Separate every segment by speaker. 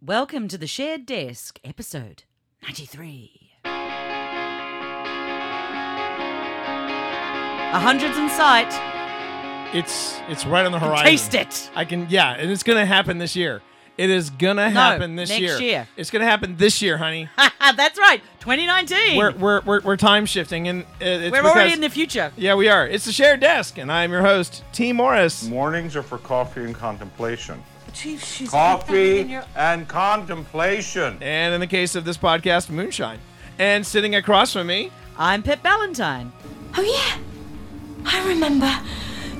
Speaker 1: Welcome to the Shared Desk, episode 93. A hundred's in sight.
Speaker 2: It's it's right on the horizon.
Speaker 1: Taste it.
Speaker 2: I can yeah, and it's gonna happen this year. It is gonna happen this
Speaker 1: next year.
Speaker 2: It's gonna happen this year, honey.
Speaker 1: That's right, 2019.
Speaker 2: We're we're we're, we're time shifting, and it- it's
Speaker 1: We're already
Speaker 2: because-
Speaker 1: in the future.
Speaker 2: yeah, we are. It's the shared desk, and I'm your host, T. Morris.
Speaker 3: Mornings are for coffee and contemplation.
Speaker 4: Chief, she's got that
Speaker 3: Coffee
Speaker 4: in your-
Speaker 3: and contemplation.
Speaker 2: And in the case of this podcast, moonshine. And sitting across from me,
Speaker 1: I'm Pip Ballantyne.
Speaker 4: Oh yeah, I remember.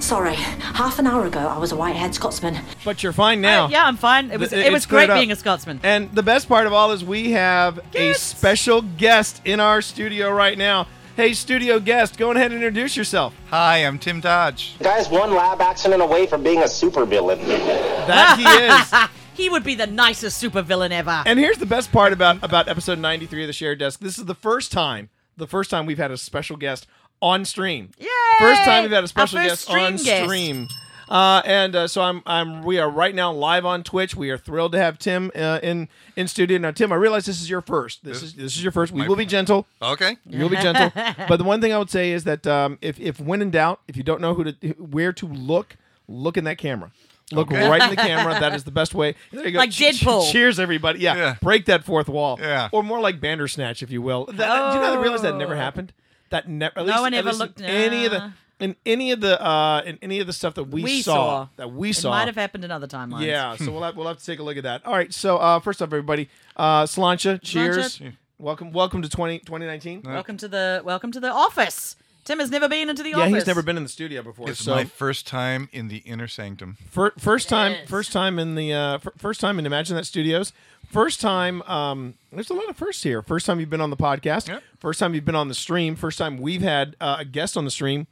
Speaker 4: Sorry, half an hour ago I was a white-haired Scotsman.
Speaker 2: but you're fine now.
Speaker 1: Uh, yeah, I'm fine. It was
Speaker 2: Th-
Speaker 1: it, was
Speaker 2: it's cleared
Speaker 1: great
Speaker 2: up.
Speaker 1: being a Scotsman.
Speaker 2: And the best part of all is we have
Speaker 1: Guests.
Speaker 2: a special guest in our studio right now. Hey, studio guest, go ahead and introduce yourself.
Speaker 5: Hi, I'm Tim Dodge.
Speaker 6: Guys, one lab accident away from being a supervillain.
Speaker 2: That he is.
Speaker 1: He would be the nicest supervillain ever.
Speaker 2: And here's the best part about about episode 93 of the Shared Desk. This is the first time, the first time we've had a special guest on stream.
Speaker 1: Yay!
Speaker 2: First time we've had
Speaker 1: Our
Speaker 2: a special
Speaker 1: first
Speaker 2: guest
Speaker 1: stream
Speaker 2: on
Speaker 1: guest.
Speaker 2: stream. Uh, and uh, so I'm, I'm. We are right now live on Twitch. We are thrilled to have Tim uh, in in studio. Now, Tim, I realize this is your first. This is this is your first. We will be gentle.
Speaker 5: Okay.
Speaker 2: You'll be gentle. but the one thing I would say is that um, if if when in doubt, if you don't know who to where to look, look in that camera. Look
Speaker 5: Okay.
Speaker 2: right in the camera. That is the best way. There you go.
Speaker 1: Like
Speaker 2: Che- che-
Speaker 1: Deadpool.
Speaker 2: Cheers, everybody. Yeah.
Speaker 5: Yeah.
Speaker 2: Break that fourth wall.
Speaker 5: Yeah.
Speaker 2: Or more like Bandersnatch, if you will. That, that- Do you know that realize that never happened? That never. No
Speaker 1: Oh. one ever looked-
Speaker 2: In any of
Speaker 1: Nah.
Speaker 2: the in any of the uh, in any of the stuff that we,
Speaker 1: we
Speaker 2: saw,
Speaker 1: saw.
Speaker 2: that we
Speaker 1: It
Speaker 2: saw
Speaker 1: might have happened in other timelines.
Speaker 2: yeah, so we'll have, we'll have to take a look at that. All right, so uh, first off, everybody, uh, Slancha, cheers.
Speaker 1: Sláinte.
Speaker 2: Welcome, welcome to 20, 2019.
Speaker 1: Welcome to the welcome to the office. Tim has never been into the
Speaker 2: yeah,
Speaker 1: office.
Speaker 2: he's never been in the studio before.
Speaker 5: It's
Speaker 2: so
Speaker 5: my first time in the inner sanctum.
Speaker 2: fir- first time, first time in the uh, fir- first time in Imagine That Studios. First time. Um, there's a lot of firsts here. First time you've been on the podcast.
Speaker 5: Yep.
Speaker 2: First time you've been on the stream. First time we've had uh, a guest on the stream.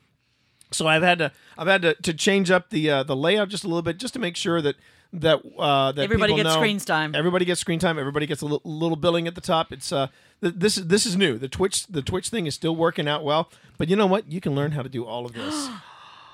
Speaker 2: So I've had to I've had to, to change up the uh, the layout just a little bit just to make sure that that uh, that
Speaker 1: Everybody
Speaker 2: people
Speaker 1: gets
Speaker 2: know-
Speaker 1: screen time.
Speaker 2: Everybody gets screen time. Everybody gets a li- little billing at the top. It's uh th- this is this is new. The Twitch the Twitch thing is still working out well. But you know what? You can learn how to do all of this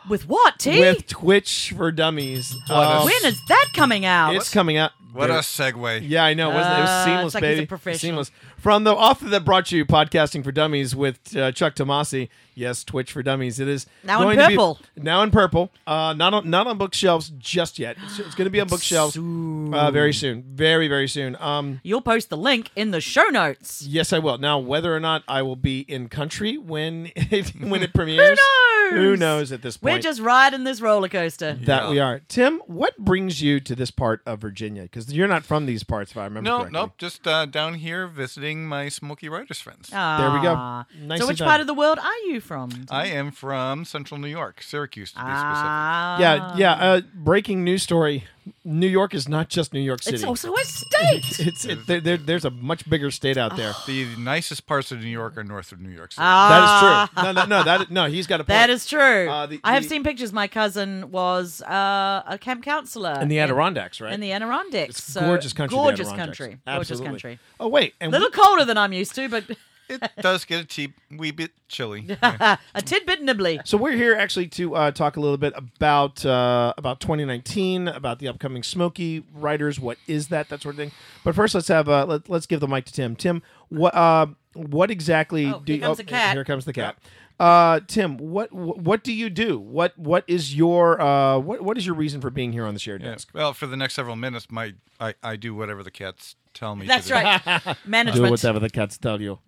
Speaker 1: with what T?
Speaker 2: with Twitch for Dummies.
Speaker 5: us-
Speaker 2: Um,
Speaker 1: when is that coming out?
Speaker 2: it's coming out.
Speaker 5: What
Speaker 2: There-
Speaker 5: a segue.
Speaker 2: Yeah, I know. Wasn't it?
Speaker 1: Uh,
Speaker 2: it was seamless,
Speaker 1: it's like he's a
Speaker 2: baby.
Speaker 1: professional.
Speaker 2: Seamless. From the author that brought you podcasting for dummies with uh, Chuck Tomasi. Yes, Twitch for dummies. It is
Speaker 1: Now in
Speaker 2: going to be-
Speaker 1: purple.
Speaker 2: now in purple. Uh, not on not on bookshelves just yet. It's, it's going to be on bookshelves Uh, very soon. Very very soon. Um,
Speaker 1: You'll post the link in the show notes.
Speaker 2: yes, I will. Now, whether or not I will be in country when it, when it premieres,
Speaker 1: knows?
Speaker 2: Who knows at this point?
Speaker 1: We're just riding this roller coaster.
Speaker 2: that
Speaker 5: Yeah.
Speaker 2: we are. Tim, what brings you to this part of Virginia? Because you're not from these parts, if I remember
Speaker 5: No,
Speaker 2: correctly.
Speaker 5: nope. Just uh, down here visiting my Smoky Writers friends.
Speaker 2: There we go.
Speaker 1: Ah.
Speaker 2: Nicely
Speaker 1: so, which
Speaker 2: done.
Speaker 1: part of the world are you from?
Speaker 5: I am from Central New York, Syracuse to be
Speaker 1: Ah,
Speaker 2: Yeah, yeah. Uh, breaking news story: New York is not just New York City.
Speaker 1: It's also a state.
Speaker 2: it's it, there, there, there's a much bigger state out there.
Speaker 5: specific. The nicest parts of New York are north of New York City.
Speaker 2: That is true. No, no, no. That no. He's got a point.
Speaker 1: Ah. That is true.
Speaker 2: Uh, the-
Speaker 1: I have
Speaker 2: the-
Speaker 1: seen pictures. My cousin was uh, a camp counselor
Speaker 2: in the Adirondacks, right?
Speaker 1: in the Adirondacks.
Speaker 2: It's
Speaker 1: so
Speaker 2: gorgeous country. the
Speaker 1: Gorgeous
Speaker 2: Adirondacks.
Speaker 1: country.
Speaker 2: Absolutely.
Speaker 1: Gorgeous country.
Speaker 2: Oh wait, and
Speaker 1: A little colder than I'm used to, but
Speaker 5: it does get a te- wee bit chilly.
Speaker 1: a tidbit nibbly.
Speaker 2: So we're here actually to uh, talk a little bit about uh, about 2019, about the upcoming Smoky Writers. What is that? That sort of thing. But first, let's have uh, let, let's give the mic to Tim. Tim, what uh, what exactly
Speaker 1: Oh,
Speaker 2: do
Speaker 1: here
Speaker 2: you,
Speaker 1: comes the cat.
Speaker 2: Here comes the cat. Uh, Tim, what what do you do? What what is your uh, what what is your reason for being here on the shared
Speaker 5: Yeah.
Speaker 2: desk?
Speaker 5: Well, for the next several minutes, my I, I do whatever the cats tell me. to
Speaker 1: That's
Speaker 5: do.
Speaker 1: right. Management.
Speaker 2: the cats tell you.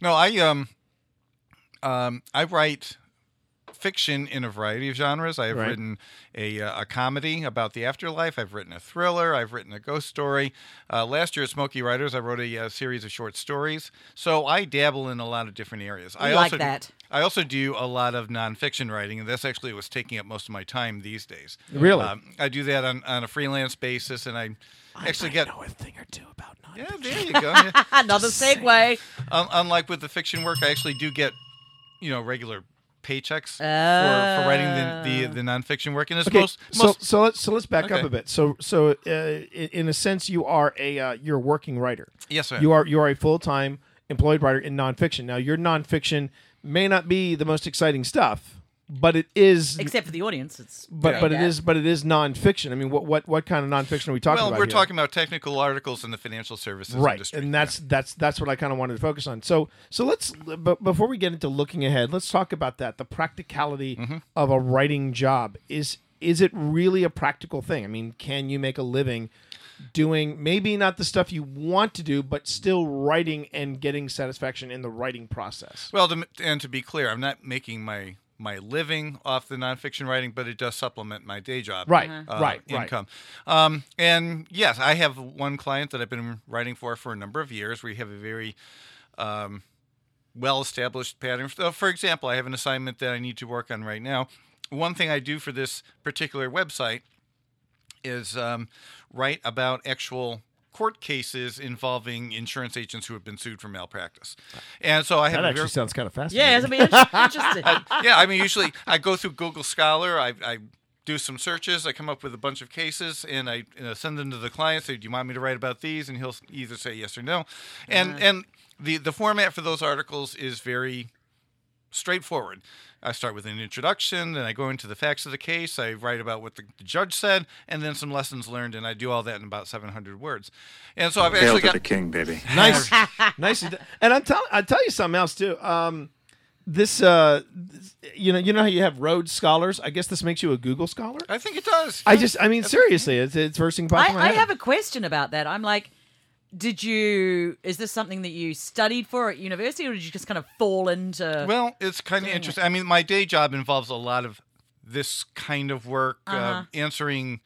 Speaker 5: No, I um, um, I write fiction in a variety of genres. I have
Speaker 2: Right.
Speaker 5: written a uh, a comedy about the afterlife. I've written a thriller. I've written a ghost story. Uh, last year at Smoky Writers, I wrote a, uh series of short stories. So I dabble in a lot of different areas. I
Speaker 1: like
Speaker 5: also
Speaker 1: that.
Speaker 5: I also do a lot of nonfiction writing, and that's actually what's taking up most of my time these days.
Speaker 2: Really?
Speaker 5: um, I do that on, on a freelance basis, and I actually get
Speaker 2: know a thing or two about not.
Speaker 5: yeah. There you go. Yeah.
Speaker 1: Another segue.
Speaker 5: Un unlike with the fiction work, I actually do get, you know, regular paychecks for, for writing the, the the nonfiction work, and it's
Speaker 2: Oh. Okay,
Speaker 5: most,
Speaker 2: so
Speaker 5: most
Speaker 2: so let's so let's back up
Speaker 5: Okay.
Speaker 2: a bit. So so uh, i- in a sense, you are a uh, you're a working writer.
Speaker 5: Yes, I am.
Speaker 2: you are you are a full time employed writer in nonfiction. Now, your nonfiction may not be the most exciting stuff, but it is
Speaker 1: Except for the audience, it's
Speaker 2: but
Speaker 1: very
Speaker 2: but it
Speaker 1: bad.
Speaker 2: is but it is nonfiction. I mean, what what what kind of nonfiction are we talking
Speaker 5: Well,
Speaker 2: about?
Speaker 5: we're
Speaker 2: here?
Speaker 5: talking about technical articles in the financial services
Speaker 2: right,
Speaker 5: industry.
Speaker 2: and that's that's that's what I kind of wanted to focus on. So so let's but before we get into looking ahead, let's talk about that the practicality
Speaker 5: Mm-hmm.
Speaker 2: of a writing job is is it really a practical thing? I mean, can you make a living doing maybe not the stuff you want to do, but still writing and getting satisfaction in the writing process?
Speaker 5: Well, to, and to be clear, I'm not making my my living off the nonfiction writing, but it does supplement my day job. uh,
Speaker 2: Right, Uh-huh. right, right.
Speaker 5: Income. Um, and yes, I have one client that I've been writing for for a number of years. We have a very um, well established pattern. So, for example, I have an assignment that I need to work on right now. One thing I do for this particular website is um, write about actual court cases involving insurance agents who have been sued for malpractice. And so I have
Speaker 2: That
Speaker 5: a
Speaker 2: actually
Speaker 5: very-
Speaker 2: sounds kind of fascinating.
Speaker 1: yeah, it'll be interesting.
Speaker 5: yeah, I mean, usually I go through Google Scholar. I, I do some searches. I come up with a bunch of cases, and I you know, send them to the client. Say, "Do you want me to write about these?" And he'll either say yes or no. And and the the format for those articles is very straightforward. I start with an introduction, then I go into the facts of the case. I write about what the, the judge said, and then some lessons learned, and I do all that in about 700 words. And so I've
Speaker 7: Hail
Speaker 5: actually
Speaker 7: to
Speaker 5: got
Speaker 7: the king, baby.
Speaker 2: nice, nice. And I'm tell I tell you something else too. Um, this uh, this- you know, you know how you have Rhodes scholars. I guess this makes you a Google scholar.
Speaker 5: I think it does.
Speaker 2: I just, I mean, seriously, it's it's first thing popped in my
Speaker 1: I, I
Speaker 2: head.
Speaker 1: have a question about that. I'm like, did you? Is this something that you studied for at university, or did you just kind of fall into?
Speaker 5: Well, it's kind of interesting. I mean, my day job involves a lot of this kind of work, uh
Speaker 1: Uh-huh.
Speaker 5: answering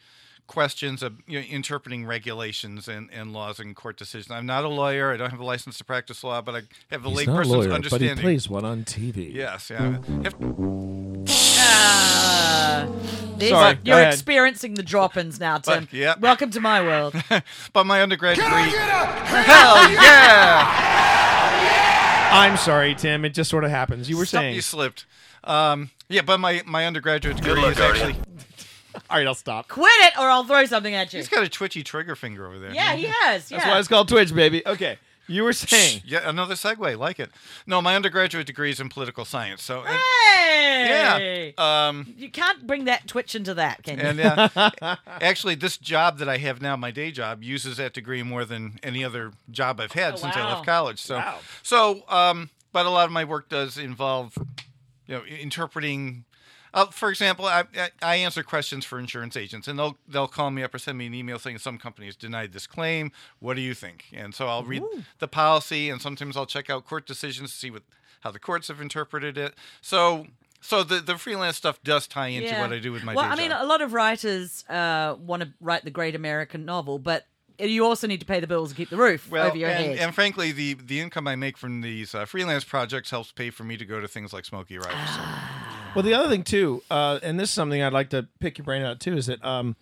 Speaker 5: questions, of, you know, interpreting regulations and, and laws and court decisions. I'm not a lawyer. I don't have a license to practice law, but I have a lay person's understanding.
Speaker 2: one on TV.
Speaker 5: Yes, yeah. If-
Speaker 1: Ah, there's-
Speaker 2: Sorry, go
Speaker 1: you're
Speaker 2: ahead.
Speaker 1: experiencing the drop-ins now, Tim.
Speaker 5: yeah.
Speaker 1: Welcome to my world.
Speaker 5: but my undergraduate. Hell yeah!
Speaker 2: I'm sorry, Tim. It just sort of happens. You were
Speaker 5: Stop,
Speaker 2: saying.
Speaker 5: you slipped. Um, yeah, but my, my undergraduate degree
Speaker 7: luck,
Speaker 5: is
Speaker 7: Guardian.
Speaker 5: actually.
Speaker 2: All right, I'll stop.
Speaker 1: Quit it, or I'll throw something at you.
Speaker 5: He's got a twitchy trigger finger over there.
Speaker 1: yeah, he has. Yeah.
Speaker 2: That's why it's called Twitch, baby. Okay, you were saying.
Speaker 5: Yeah, another segue. Like it. No, my undergraduate degree is in political science. So. and-
Speaker 1: Hey!
Speaker 5: Yeah. Um,
Speaker 1: You can't bring that twitch into that, can you?
Speaker 5: and uh, actually, this job that I have now, my day job, uses that degree more than any other job I've had
Speaker 1: Oh,
Speaker 5: since I
Speaker 1: wow.
Speaker 5: left college. So,
Speaker 2: Wow.
Speaker 5: so, um, but a lot of my work does involve, you know, i- interpreting. Uh, for example, I, I, I answer questions for insurance agents, and they'll they'll call me up or send me an email saying some company has denied this claim. What do you think? And so I'll read the policy, and sometimes I'll check out court decisions to see what how the courts have interpreted it. So. So the, the freelance stuff does tie into
Speaker 1: Yeah.
Speaker 5: what I do with my
Speaker 1: Well,
Speaker 5: day
Speaker 1: I mean,
Speaker 5: job.
Speaker 1: a lot of writers uh, want to write the great American novel, but you also need to pay the bills and keep the roof over your
Speaker 5: and,
Speaker 1: head.
Speaker 5: and frankly, the the income I make from these uh, freelance projects helps pay for me to go to things like Smoky Riders.
Speaker 1: Ah,
Speaker 2: Well, the other thing too, uh, and this is something I'd like to pick your brain out too, is that um,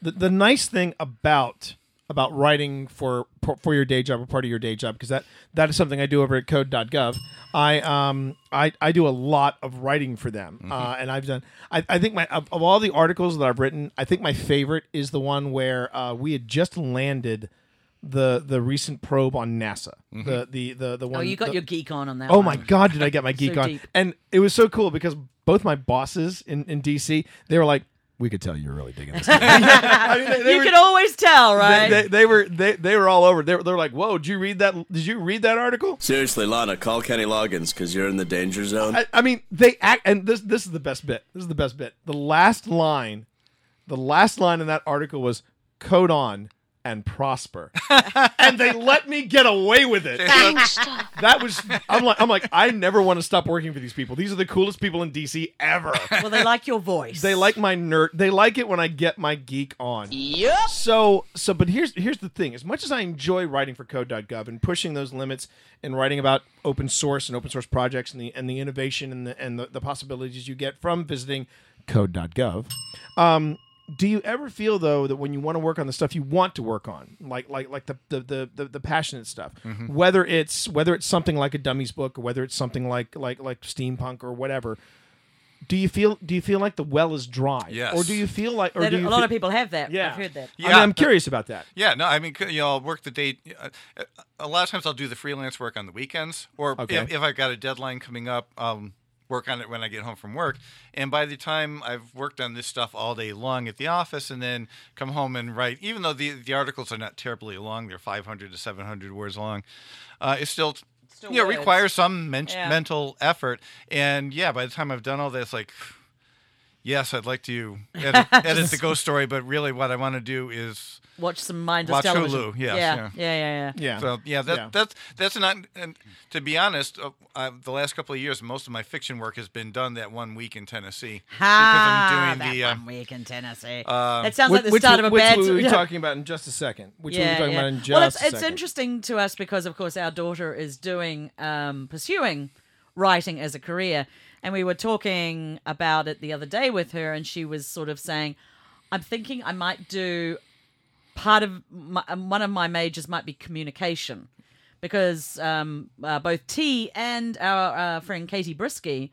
Speaker 2: the the nice thing about about writing for for your day job or part of your day job because that that is something I do over at code.gov. I um I, I do a lot of writing for them, uh, and I've done. I, I think my of, of all the articles that I've written, I think my favorite is the one where uh, we had just landed the the recent probe on NASA. The, the the the one.
Speaker 1: oh, you got
Speaker 2: the-
Speaker 1: your geek on on that.
Speaker 2: Oh
Speaker 1: one.
Speaker 2: my god, did I get my geek on?
Speaker 1: deep.
Speaker 2: And it was so cool because both my bosses in, in DC, they were like, "We could tell you're really digging this." I mean, they, they
Speaker 1: You
Speaker 2: were,
Speaker 1: can always tell,
Speaker 2: they,
Speaker 1: right?
Speaker 2: they- they were they, they were all over. They were, they were like, "Whoa, did you read that? Did you read that article?"
Speaker 8: Seriously, Lana, call Kenny Loggins because you're in the danger zone.
Speaker 2: I, I mean, they act, and this this is the best bit. This is the best bit. The last line, the last line in that article was "Code on." And prosper, and they let me get away with it. That was I'm like I'm like I never want to stop working for these people. These are the coolest people in DC ever.
Speaker 1: well, they like your voice.
Speaker 2: They like my nerd. They like it when I get my geek on. Yep. So so but here's here's the thing. As much as I enjoy writing for code.gov and pushing those limits and writing about open source and open source projects and the and the innovation and the and the, the possibilities you get from visiting code.gov. Um do you ever feel though that when you want to work on the stuff you want to work on, like like like the the the, the, the passionate stuff,
Speaker 5: Mm-hmm.
Speaker 2: whether it's whether it's something like a dummies book or whether it's something like like like steampunk or whatever, do you feel do you feel like the well is dry?
Speaker 5: Yes.
Speaker 2: Or do you feel like or
Speaker 1: They
Speaker 2: do
Speaker 1: do-
Speaker 2: you
Speaker 1: a lot
Speaker 2: fe-
Speaker 1: of people have that.
Speaker 2: Yeah.
Speaker 1: I've heard that.
Speaker 2: I mean,
Speaker 5: Yeah.
Speaker 2: I'm curious about that.
Speaker 5: Yeah, no, I mean, c- you know, I'll work the day. uh, uh, A lot of times I'll do the freelance work on the weekends, or
Speaker 2: Okay.
Speaker 5: if, if I've got a deadline coming up, um, work on it when I get home from work. And by the time I've worked on this stuff all day long at the office and then come home and write, even though the, the articles are not terribly long, they're 500 to 700 words long, uh, it still,
Speaker 1: still
Speaker 5: you know,
Speaker 1: words.
Speaker 5: requires some men-
Speaker 1: Yeah.
Speaker 5: mental effort. And yeah, by the time I've done all this, like, yes, I'd like to edit, edit the ghost story, but really what I want to do is.
Speaker 1: Watch some mindless
Speaker 5: Watch
Speaker 1: television.
Speaker 5: Hulu, yes,
Speaker 1: yeah,
Speaker 5: yeah.
Speaker 1: yeah, yeah, yeah.
Speaker 2: Yeah.
Speaker 5: So yeah, that,
Speaker 2: Yeah.
Speaker 5: that's that's not. And to be honest, uh, I, the last couple of years, most of my fiction work has been done that one week in Tennessee
Speaker 1: Ha,
Speaker 5: because I'm doing the.
Speaker 1: Ah, that
Speaker 5: Uh,
Speaker 1: one week in Tennessee.
Speaker 5: uh,
Speaker 1: that sounds like the
Speaker 2: which,
Speaker 1: start of a
Speaker 2: which
Speaker 1: bad.
Speaker 2: we'll be
Speaker 1: yeah.
Speaker 2: talking about in just a second. Which we'll be talking about in just
Speaker 1: well, it's,
Speaker 2: a
Speaker 1: it's
Speaker 2: second.
Speaker 1: interesting to us because, of course, our daughter is doing um, pursuing writing as a career, and we were talking about it the other day with her, and she was sort of saying, "I'm thinking I might do part of my, um, one of my majors might be communication." Because um, uh, both T and our uh, friend Katie Brisky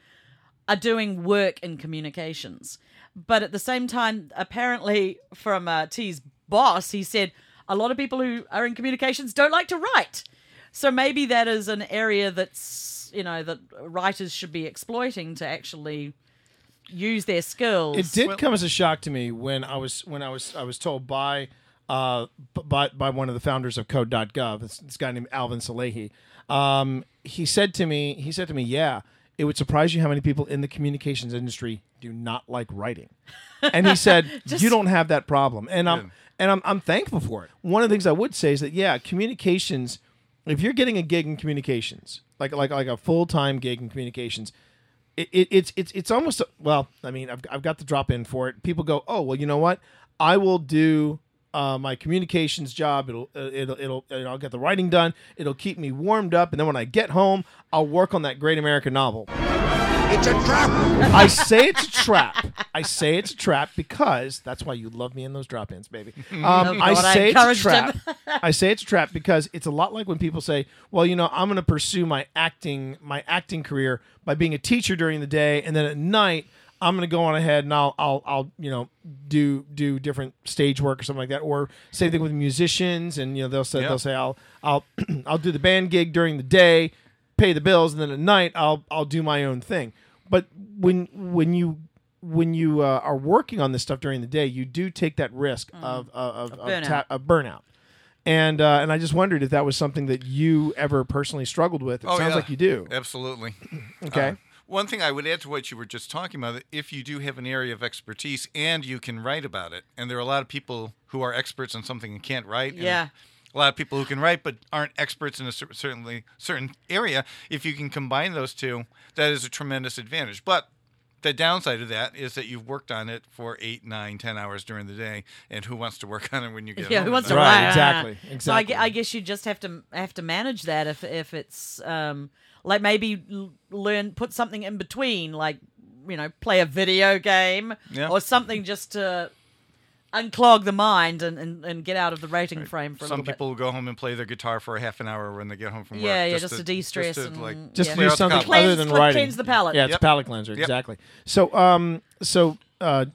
Speaker 1: are doing work in communications. But at the same time, apparently, from uh, T's boss, he said a lot of people who are in communications don't like to write. So maybe that is an area that's, you know, that writers should be exploiting to actually use their skills.
Speaker 2: It did come as a shock to me when I was when I was I was told by uh b- by by one of the founders of Code.gov, this, this guy named Alvin Salehi. Um, he said to me, he said to me, yeah, it would surprise you how many people in the communications industry do not like writing. And he said, you don't have that problem, and I'm and I'm I'm thankful for it. One of the things I would say is that yeah, communications. If you're getting a gig in communications, like like like a full time gig in communications, it, it, it's it's it's almost well. I mean, I've I've got the drop in for it. People go, oh well, you know what? I will do uh, my communications job. It'll uh, it'll it'll and I'll get the writing done. It'll keep me warmed up, and then when I get home, I'll work on that great American novel.
Speaker 6: It's a trap!
Speaker 2: I say it's a trap. I say it's a trap because that's why you love me in those drop-ins, baby. Um, I
Speaker 1: God, I
Speaker 2: say it's a
Speaker 1: encouraged
Speaker 2: trap.
Speaker 1: him.
Speaker 2: I say it's a trap because it's a lot like when people say, "Well, you know, I'm going to pursue my acting my acting career by being a teacher during the day, and then at night." I'm gonna go on ahead and I'll, I'll, I'll, you know, do do different stage work or something like that. Or same thing with musicians, and you know they'll say
Speaker 5: Yeah.
Speaker 2: they'll say I'll, I'll, I'll do the band gig during the day, pay the bills, and then at night I'll I'll do my own thing. But when when you when you uh, are working on this stuff during the day, you do take that risk of of, of, of,
Speaker 1: burnout.
Speaker 2: ta- of burnout. And uh, and I just wondered if that was something that you ever personally struggled with. It
Speaker 5: oh,
Speaker 2: sounds
Speaker 5: yeah,
Speaker 2: like you do.
Speaker 5: Absolutely.
Speaker 2: Okay.
Speaker 5: Uh, one thing I would add to what you were just talking about, if you do have an area of expertise and you can write about it, and there are a lot of people who are experts on something and can't write, and
Speaker 1: Yeah.
Speaker 5: a lot of people who can write but aren't experts in a cer- certainly certain area, if you can combine those two, that is a tremendous advantage. But the downside of that is that you've worked on it for eight, nine, ten hours during the day, and who wants to work on it when you get
Speaker 1: yeah,
Speaker 5: home?
Speaker 1: who wants to
Speaker 2: Right,
Speaker 1: write?
Speaker 2: exactly,
Speaker 1: So I,
Speaker 2: exactly.
Speaker 1: gue- I guess you just have to have to manage that if if it's um like maybe l- learn put something in between, like you know, play a video game
Speaker 5: Yeah.
Speaker 1: or something just to unclog the mind and, and, and get out of the rating frame for a
Speaker 5: Some
Speaker 1: little
Speaker 5: people will go home and play their guitar for a half an hour when they get home from
Speaker 1: bit.
Speaker 5: work.
Speaker 1: Yeah, yeah, just, to de-stress
Speaker 5: just to,
Speaker 1: and
Speaker 5: like,
Speaker 2: Just
Speaker 1: yeah.
Speaker 2: to do
Speaker 5: out the
Speaker 2: something
Speaker 5: cobwebs.
Speaker 2: other than
Speaker 1: Cleanse-
Speaker 2: writing.
Speaker 1: cleanse the palate.
Speaker 2: Yeah, it's
Speaker 5: Yep.
Speaker 2: palate cleanser.
Speaker 5: Yep.
Speaker 2: Exactly. So um so uh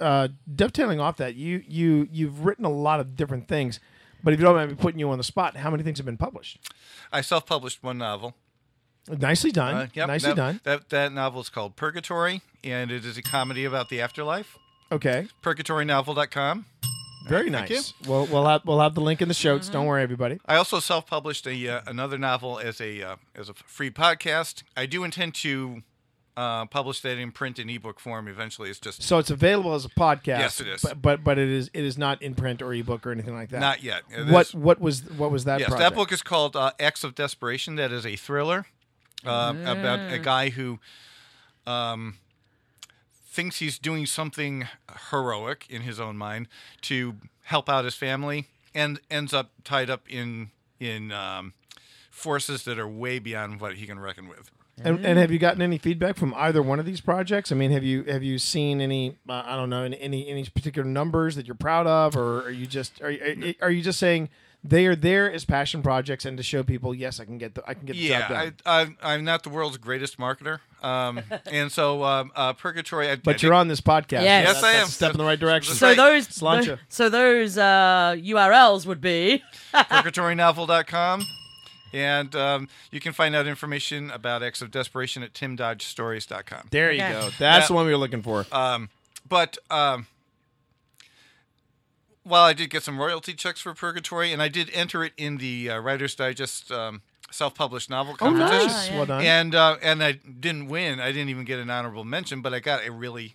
Speaker 2: uh dovetailing off that, you you you've written a lot of different things, but if you don't mind me putting you on the spot, how many things have been published?
Speaker 5: I self-published one novel.
Speaker 2: Nicely done.
Speaker 5: Uh, yep,
Speaker 2: Mm-hmm. Nicely
Speaker 5: that,
Speaker 2: done.
Speaker 5: That that novel is called Purgatory, and it is a comedy about the afterlife.
Speaker 2: Okay.
Speaker 5: Purgatorynovel.com.
Speaker 2: Very
Speaker 5: Thank you.
Speaker 2: nice. We'll we'll have we'll have the link in the show notes.
Speaker 1: Mm-hmm.
Speaker 2: Don't worry, everybody.
Speaker 5: I also self-published a uh, another novel as a uh, as a free podcast. I do intend to uh, publish that in print and ebook form eventually. It's just
Speaker 2: So it's available as a podcast.
Speaker 5: Yes, it is.
Speaker 2: But but, but it is it is not in print or ebook or anything like that.
Speaker 5: Not yet. It
Speaker 2: what
Speaker 5: is-
Speaker 2: what was what was that?
Speaker 5: yes,
Speaker 2: project?
Speaker 5: that book is called uh, Acts of Desperation. That is a thriller uh, about a guy who um, thinks he's doing something heroic in his own mind to help out his family, and ends up tied up in in um, forces that are way beyond what he can reckon with.
Speaker 2: And, and have you gotten any feedback from either one of these projects? I mean, have you have you seen any uh, I don't know any, any any particular numbers that you're proud of, or are you just are you- are, are you just saying they are there as passion projects and to show people yes I can get the I can get the job
Speaker 5: Yeah,
Speaker 2: done.
Speaker 5: I, I, I'm not the world's greatest marketer, um, and so um, uh, Purgatory. I, I
Speaker 2: but you're on this podcast.
Speaker 1: Yes.
Speaker 5: Yes,
Speaker 2: that's,
Speaker 5: I
Speaker 2: that's
Speaker 5: am.
Speaker 2: a step in the right direction.
Speaker 1: so
Speaker 5: Right.
Speaker 1: those
Speaker 2: Sláinte.
Speaker 1: tho- so those uh, URLs would be
Speaker 5: purgatorynovel.com And um, you can find out information about Acts of Desperation at timdodgestories.com.
Speaker 2: There you
Speaker 1: Okay.
Speaker 2: go. That's
Speaker 5: Yeah. Uh,
Speaker 2: the one we were looking for.
Speaker 5: But um, while I did get some royalty checks for Purgatory, and I did enter it in the uh, Writer's Digest um, self-published novel
Speaker 2: oh,
Speaker 5: competition,
Speaker 2: nice.
Speaker 1: yeah.
Speaker 2: Well done.
Speaker 5: and uh, and I didn't win. I didn't even get an honorable mention, but I got a really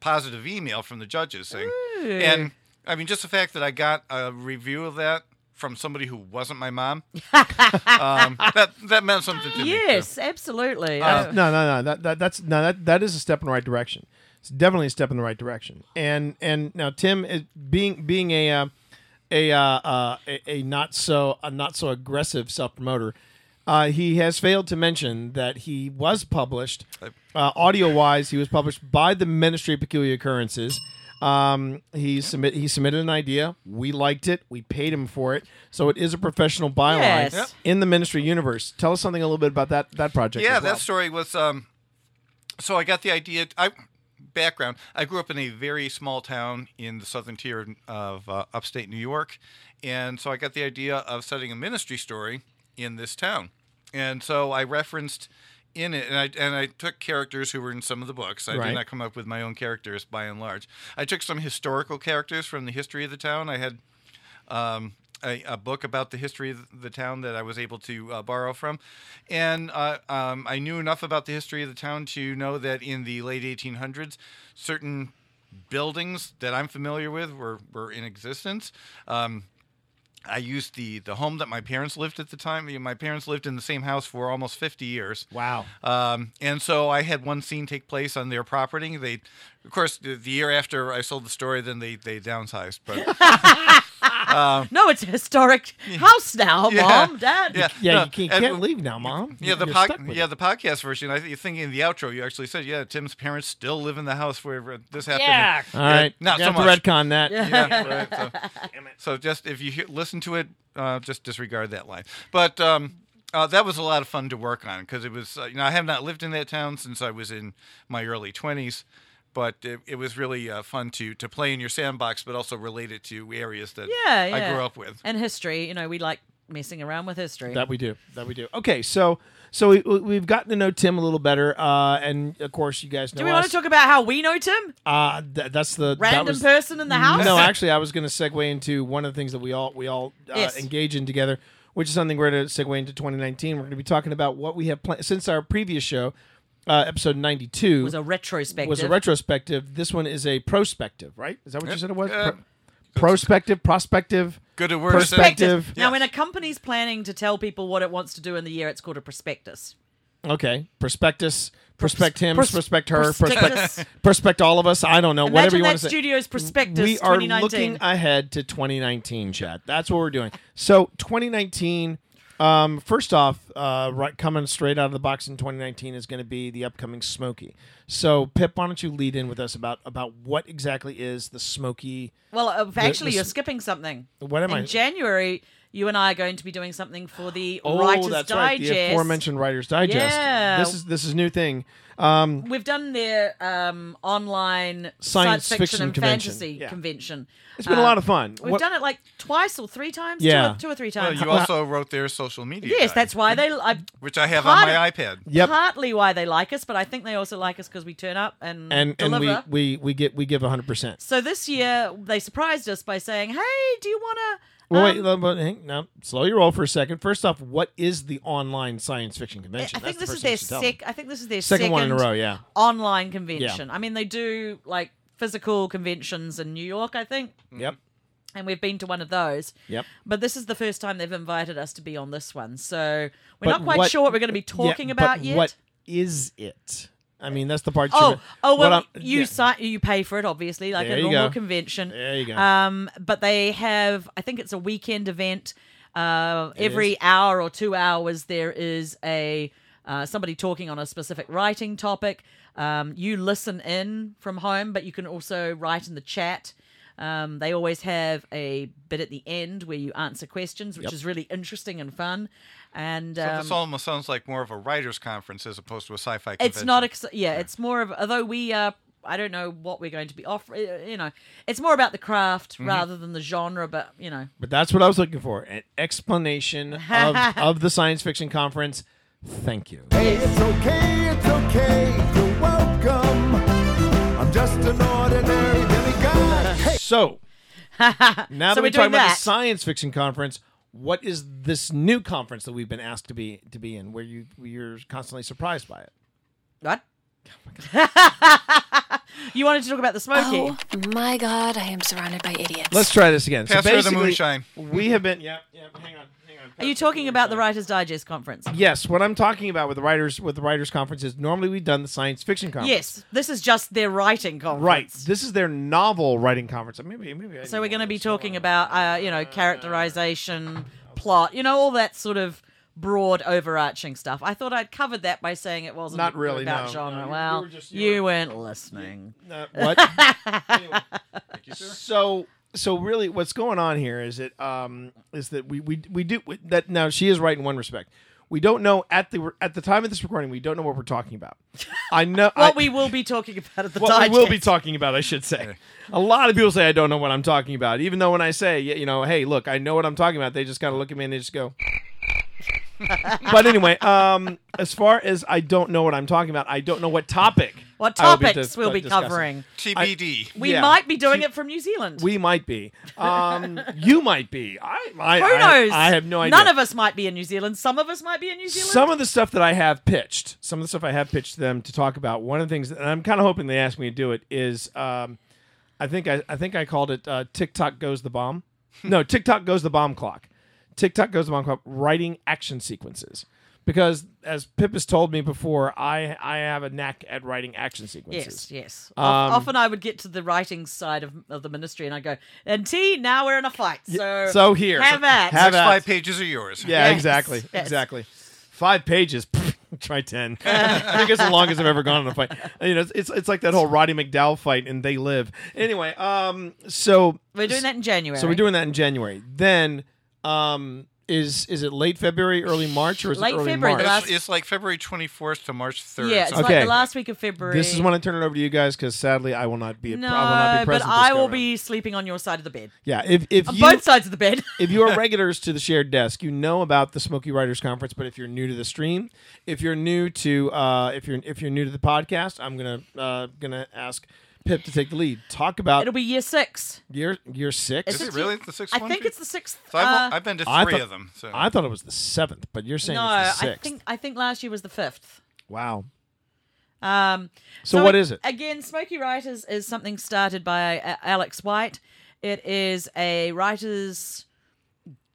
Speaker 5: positive email from the judges saying, and I mean, just the fact that I got a review of that from somebody who wasn't my mom, um, that that meant something to me. too.
Speaker 1: Yes, absolutely.
Speaker 2: Uh, no, no, no. That, that that's no. That that is a step in the right direction. It's definitely a step in the right direction. And and now Tim is being being a uh, a, uh, uh, a a not so a not so aggressive self promoter. Uh, he has failed to mention that he was published uh, audio wise. He was published by the Ministry of Peculiar Occurrences. Um, he submit he submitted an idea. We liked it. We paid him for it. So it is a professional byline
Speaker 1: Yes. Yep.
Speaker 2: in the ministry universe. Tell us something a little bit about that that project.
Speaker 5: Yeah,
Speaker 2: as well.
Speaker 5: that story was. Um, so I got the idea. I background. I grew up in a very small town in the southern tier of uh, upstate New York, and so I got the idea of setting a ministry story in this town. And so I referenced in it, and I and I took characters who were in some of the books. I
Speaker 2: Right.
Speaker 5: did not come up with my own characters by and large. I took some historical characters from the history of the town. I had um, a, a book about the history of the town that I was able to uh, borrow from. And uh, um, I knew enough about the history of the town to know that in the late 1800s, certain buildings that I'm familiar with were, were in existence. Um, I used the, the home that my parents lived at the time. My parents lived in the same house for almost 50 years.
Speaker 2: Wow.
Speaker 5: Um, and so I had one scene take place on their property. They, of course, the, the year after I sold the story, then they, they downsized. But
Speaker 1: no, it's a historic house now,
Speaker 5: um, Yeah.
Speaker 1: Mom, Dad.
Speaker 5: Yeah,
Speaker 2: Yeah,
Speaker 5: no,
Speaker 2: you, can, you
Speaker 5: and-
Speaker 2: can't leave now, mom.
Speaker 5: Yeah, the
Speaker 2: You're
Speaker 5: pod,
Speaker 2: stuck with
Speaker 5: yeah
Speaker 2: it.
Speaker 5: the podcast version. I th- think in the outro you actually said, "Yeah, Tim's parents still live in the house where this happened."
Speaker 7: Yeah.
Speaker 2: All right,
Speaker 5: not
Speaker 2: you
Speaker 5: so
Speaker 2: have to
Speaker 5: much.
Speaker 2: retcon that.
Speaker 5: Yeah, right, so, so just if you hear, listen to it, uh, just disregard that line. But um, uh, that was a lot of fun to work on because it was. Uh, you know, I have not lived in that town since I was in my early twenties. But it, it was really uh, fun to, to play in your sandbox, but also relate it to areas that
Speaker 1: Yeah, yeah.
Speaker 5: I grew up with.
Speaker 1: And history, you know, we like messing around with history.
Speaker 2: That we do. That we do. Okay, so so we, we- we've gotten to know Tim a little better, uh, and of course you guys know.
Speaker 1: do we want to
Speaker 2: us.
Speaker 1: talk about how we know Tim?
Speaker 2: Uh, th- that's the that
Speaker 1: Random
Speaker 2: was-
Speaker 1: person in the house?
Speaker 2: No, actually, I was going to segue into one of the things that we all we all uh,
Speaker 1: Yes.
Speaker 2: engage in together, which is something we're going to segue into 2019. We're going to be talking about what we have planned since our previous show, uh, episode 92
Speaker 1: was a retrospective.
Speaker 2: was a retrospective. This one is a prospective, right? Is that what you
Speaker 5: Yep.
Speaker 2: said it was?
Speaker 5: Uh,
Speaker 2: Pro- prospective, prospective.
Speaker 5: Good at work.
Speaker 2: Perspective.
Speaker 1: Now, when a company's planning to tell people what it wants to do in the year, it's called a prospectus.
Speaker 2: Okay, prospectus, prospect him,
Speaker 1: pros-
Speaker 2: prospect her,
Speaker 1: prospectus.
Speaker 2: prospect, prospect all of us. I don't know, whatever
Speaker 1: Imagine
Speaker 2: you
Speaker 1: that
Speaker 2: want to say.
Speaker 1: studio's prospectus
Speaker 2: We are
Speaker 1: 2019.
Speaker 2: looking ahead to 2019, Chad. That's what we're doing. So 2019. Um, first off, uh, right, coming straight out of the box in 2019 is going to be the upcoming Smoky. So, Pip, why don't you lead in with us about about what exactly is the Smoky?
Speaker 1: Well, uh, actually,
Speaker 2: the
Speaker 1: you're
Speaker 2: s-
Speaker 1: skipping something.
Speaker 2: What am
Speaker 1: in
Speaker 2: I-
Speaker 1: January, you and I are going to be doing something for the
Speaker 2: Oh,
Speaker 1: Writers
Speaker 2: that's right,
Speaker 1: Digest.
Speaker 2: the aforementioned Writers Digest.
Speaker 1: Yeah.
Speaker 2: This is this is a new thing.
Speaker 1: We've done their um, online
Speaker 2: Science
Speaker 1: science,
Speaker 2: fiction
Speaker 1: fiction and
Speaker 2: convention.
Speaker 1: fantasy
Speaker 2: Yeah.
Speaker 1: convention.
Speaker 2: It's been a lot of fun.
Speaker 1: Uh, We've
Speaker 2: What-
Speaker 1: done it like twice or three times.
Speaker 2: Yeah.
Speaker 1: two or, two or three
Speaker 5: Well,
Speaker 1: times.
Speaker 5: you also wrote their social media.
Speaker 1: yes,
Speaker 5: guide,
Speaker 1: that's why they. I,
Speaker 5: which I have on
Speaker 1: part
Speaker 5: my
Speaker 1: of-
Speaker 5: iPad.
Speaker 2: Yep.
Speaker 1: Partly why they like us, but I think they also like us because we turn up and
Speaker 2: and and
Speaker 1: deliver.
Speaker 2: we, we we get we give 100. percent
Speaker 1: so this year they surprised us by saying, "Hey, do you um, want to?"
Speaker 2: Well, wait, no, but hang, no, slow your roll for a second. First off, what is the online science fiction convention?
Speaker 1: I think
Speaker 2: That's
Speaker 1: this
Speaker 2: the
Speaker 1: is
Speaker 2: first
Speaker 1: their
Speaker 2: thing you should tell
Speaker 1: sec. I think this is their
Speaker 2: Second one in a row, yeah.
Speaker 1: Online convention. I mean, they do like physical conventions in New York, I think,
Speaker 2: them. Yep,
Speaker 1: and we've been to one of those.
Speaker 2: yep.
Speaker 1: But this is the first time they've invited us to be on this one, so we're
Speaker 2: But
Speaker 1: not quite
Speaker 2: what-
Speaker 1: sure what we're going to be
Speaker 2: Yeah,
Speaker 1: talking about
Speaker 2: but
Speaker 1: yet.
Speaker 2: What is it? I mean, that's the part.
Speaker 1: Oh,
Speaker 2: you,
Speaker 1: oh
Speaker 2: what
Speaker 1: well,
Speaker 2: I'm-
Speaker 1: you
Speaker 2: yeah.
Speaker 1: si- you pay for it, obviously, like
Speaker 2: There
Speaker 1: a
Speaker 2: you
Speaker 1: normal
Speaker 2: go.
Speaker 1: convention.
Speaker 2: There you go.
Speaker 1: Um, but they have, I think it's a weekend event. Uh, every
Speaker 2: is.
Speaker 1: hour or two hours, there is a uh, somebody talking on a specific writing topic. Um, you listen in from home, but you can also write in the chat. Um, they always have a bit at the end where you answer questions, which is really interesting and fun. And
Speaker 5: So
Speaker 1: um,
Speaker 5: this almost sounds like more of a writers' conference as opposed to a sci-fi. Convention.
Speaker 1: it's not ex- yeah it's more of although we are I don't know what we're going to be offering. You know, it's more about the craft
Speaker 2: Mm-hmm.
Speaker 1: rather than the genre. But you know,
Speaker 2: But that's what I was looking for an explanation of, of the science fiction conference. Thank you.
Speaker 7: It's okay, it's okay, you're welcome. I'm just an ordinary demigod. Hey,
Speaker 2: So, now
Speaker 1: So
Speaker 2: that we're
Speaker 1: we're doing
Speaker 2: talking about the
Speaker 1: that.
Speaker 2: science fiction conference, what is this new conference that we've been asked to be to be in, where you where you're constantly surprised by it?
Speaker 1: what? you wanted to talk about the smoky.
Speaker 9: Oh my god, I am surrounded by idiots.
Speaker 2: Let's try this again.
Speaker 5: Pass
Speaker 2: so
Speaker 5: her the
Speaker 2: basically,
Speaker 5: moonshine.
Speaker 2: We have been. Yeah, yeah. Hang on, hang on.
Speaker 1: Are you talking about the Writers Digest conference?
Speaker 2: Yes, what I'm talking about with the writers with the writers conference is normally we've done the science fiction conference.
Speaker 1: Yes, this is just their writing conference.
Speaker 2: Right. This is their novel writing conference. Maybe maybe I
Speaker 1: So
Speaker 2: need
Speaker 1: we're going to
Speaker 2: one
Speaker 1: be
Speaker 2: of those.
Speaker 1: talking about, uh, you know, characterization, plot, you know, all that sort of broad, overarching stuff. I thought I'd covered that by saying it wasn't
Speaker 2: Not really,
Speaker 1: about
Speaker 2: no.
Speaker 1: genre.
Speaker 2: No, you-
Speaker 1: well,
Speaker 2: you
Speaker 1: you,
Speaker 2: were just- you were-
Speaker 1: weren't listening.
Speaker 2: Uh, what? Anyway. So so really, what's going on here is it um is that we we we do that now. She is right in one respect. We don't know at the at the time of this recording. We don't know what we're talking about. I know
Speaker 1: What
Speaker 2: I,
Speaker 1: we will be talking about at the
Speaker 2: what
Speaker 1: digest.
Speaker 2: we will be talking about, I should say. A lot of people say I don't know what I'm talking about, even though when I say, y- you know, hey, look, I know what I'm talking about, they just kind of look at me and they just go. but anyway, um, as far as I don't know what I'm talking about, I don't know what topic.
Speaker 1: what
Speaker 2: I will be
Speaker 1: topics
Speaker 2: dis- uh,
Speaker 1: we'll be
Speaker 2: discussing.
Speaker 1: covering.
Speaker 5: TBD.
Speaker 1: We
Speaker 2: Yeah.
Speaker 1: might be doing it from New Zealand.
Speaker 2: We might be. Um, you might be. I, I,
Speaker 1: Who
Speaker 2: I-
Speaker 1: knows?
Speaker 2: I, have no idea.
Speaker 1: None of us might be in New Zealand. Some of us might be in New Zealand.
Speaker 2: some of the stuff that I have pitched, some of the stuff I have pitched them to talk about. One of the things, and I'm kind of hoping they ask me to do it, is um, I think I, I think I called it uh, TikTok goes the bomb. no, TikTok goes the bomb clock. TikTok goes the bomb clock. Writing action sequences. Because as Pip has told me before, I I have a knack at writing action sequences.
Speaker 1: Yes, yes.
Speaker 2: Um,
Speaker 1: Of- Often I would get to the writing side of, of the ministry and I go, and T, now we're in a fight. So,
Speaker 2: so here.
Speaker 1: Have at.
Speaker 2: Have
Speaker 5: Next
Speaker 2: at.
Speaker 5: five pages are yours.
Speaker 2: Yeah,
Speaker 1: Yes,
Speaker 2: exactly.
Speaker 1: yes.
Speaker 2: Exactly. Five pages. Try ten. I think it's the longest I've ever gone in a fight. You know, it's, it's it's like that whole Roddy McDowell fight in They Live. Anyway, um, so
Speaker 1: We're doing that in January.
Speaker 2: So we're doing that in January. Then, um, is is it late February, early March, or is
Speaker 1: Late
Speaker 2: it early
Speaker 1: February, the
Speaker 2: March?
Speaker 5: It's, it's like February 24th to March 3rd.
Speaker 1: Yeah, it's
Speaker 2: Okay.
Speaker 1: like the last week of February.
Speaker 2: This is when I turn it over to you guys because sadly I will not be.
Speaker 1: No,
Speaker 2: I will not be
Speaker 1: but
Speaker 2: present. this
Speaker 1: I
Speaker 2: go
Speaker 1: will
Speaker 2: around.
Speaker 1: be sleeping on your side of the bed.
Speaker 2: Yeah, if if
Speaker 1: On
Speaker 2: you
Speaker 1: both sides of the bed.
Speaker 2: if you are regulars to the shared desk, you know about the Smoky Writers Conference. But if you're new to the stream, if you're new to uh, if you're if you're new to the podcast, I'm gonna uh, gonna ask Pip to take the lead. Talk about
Speaker 1: It'll be year six.
Speaker 2: year year six.
Speaker 5: Is it
Speaker 1: It's
Speaker 5: really
Speaker 1: year-
Speaker 5: the sixth
Speaker 1: I
Speaker 5: one?
Speaker 1: think
Speaker 5: Pete?
Speaker 1: it's the sixth.
Speaker 5: So I've,
Speaker 1: uh,
Speaker 5: I've been to
Speaker 2: I
Speaker 5: three
Speaker 2: thought-
Speaker 5: of them. So
Speaker 2: I thought it was the seventh, but you're saying
Speaker 1: no,
Speaker 2: it's the
Speaker 1: I
Speaker 2: sixth.
Speaker 1: think I think last year was the fifth.
Speaker 2: wow.
Speaker 1: Um,
Speaker 2: So what is it?
Speaker 1: Again, Smoky Writers is something started by uh, Alex White. It is a writers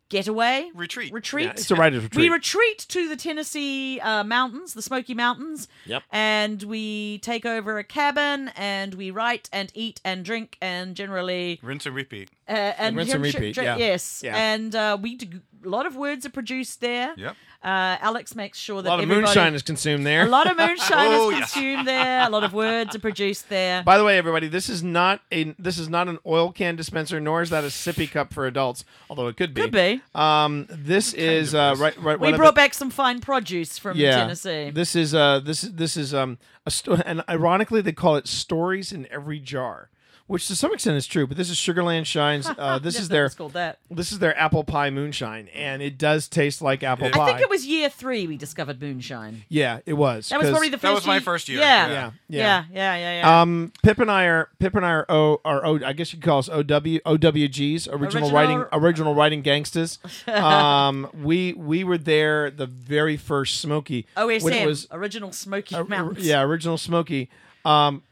Speaker 1: getaway
Speaker 5: Retreat.
Speaker 1: Retreat.
Speaker 2: Yeah, it's a writers'
Speaker 1: We
Speaker 2: retreat.
Speaker 1: retreat to the Tennessee uh, mountains, the Smoky Mountains.
Speaker 2: Yep.
Speaker 1: And we take over a cabin, and we write and eat and drink and generally
Speaker 5: rinse and repeat.
Speaker 1: uh, and
Speaker 2: Rinse and
Speaker 1: drink-
Speaker 2: repeat,
Speaker 1: drink-
Speaker 2: yeah.
Speaker 1: Yes.
Speaker 2: Yeah.
Speaker 1: And uh, we do, a lot of words are produced there.
Speaker 5: Yep.
Speaker 1: Uh, Alex makes sure that
Speaker 2: A lot of
Speaker 1: everybody,
Speaker 2: moonshine is consumed there.
Speaker 1: a lot of moonshine
Speaker 5: Oh,
Speaker 1: is
Speaker 5: yeah.
Speaker 1: consumed there. A lot of words are produced there.
Speaker 2: By the way, everybody, this is not a this is not an oil can dispenser, nor is that a sippy cup for adults. Although it could be.
Speaker 1: Could be.
Speaker 2: Um, this is uh, right. Right.
Speaker 1: we
Speaker 2: right up
Speaker 1: brought
Speaker 2: at-
Speaker 1: back some fine produce from Tennessee.
Speaker 2: This is uh this is this is um a sto- and ironically they call it stories in every jar, which to some extent is true. But this is Sugarland Shines. Uh, this is
Speaker 1: Definitely
Speaker 2: their
Speaker 1: it's called that.
Speaker 2: this is their apple pie moonshine, and it does taste like apple pie.
Speaker 1: I think it was year three we discovered moonshine.
Speaker 2: Yeah, it was.
Speaker 1: That was
Speaker 2: 'cause-
Speaker 1: probably the first.
Speaker 5: That was my
Speaker 1: year-
Speaker 5: first year.
Speaker 1: Yeah,
Speaker 5: Yeah.
Speaker 1: yeah,
Speaker 2: Yeah.
Speaker 1: yeah, yeah, yeah. yeah.
Speaker 2: Um, Pip and I are Pip and I are O are O. I guess you could call us OW OWGs, original,
Speaker 1: Original-
Speaker 2: writing original writing gangsters. um, we we were there the very first Smokey
Speaker 1: OSM,
Speaker 2: when it was
Speaker 1: original Smoky
Speaker 2: uh,
Speaker 1: Mountains.
Speaker 2: yeah original Smokey, um,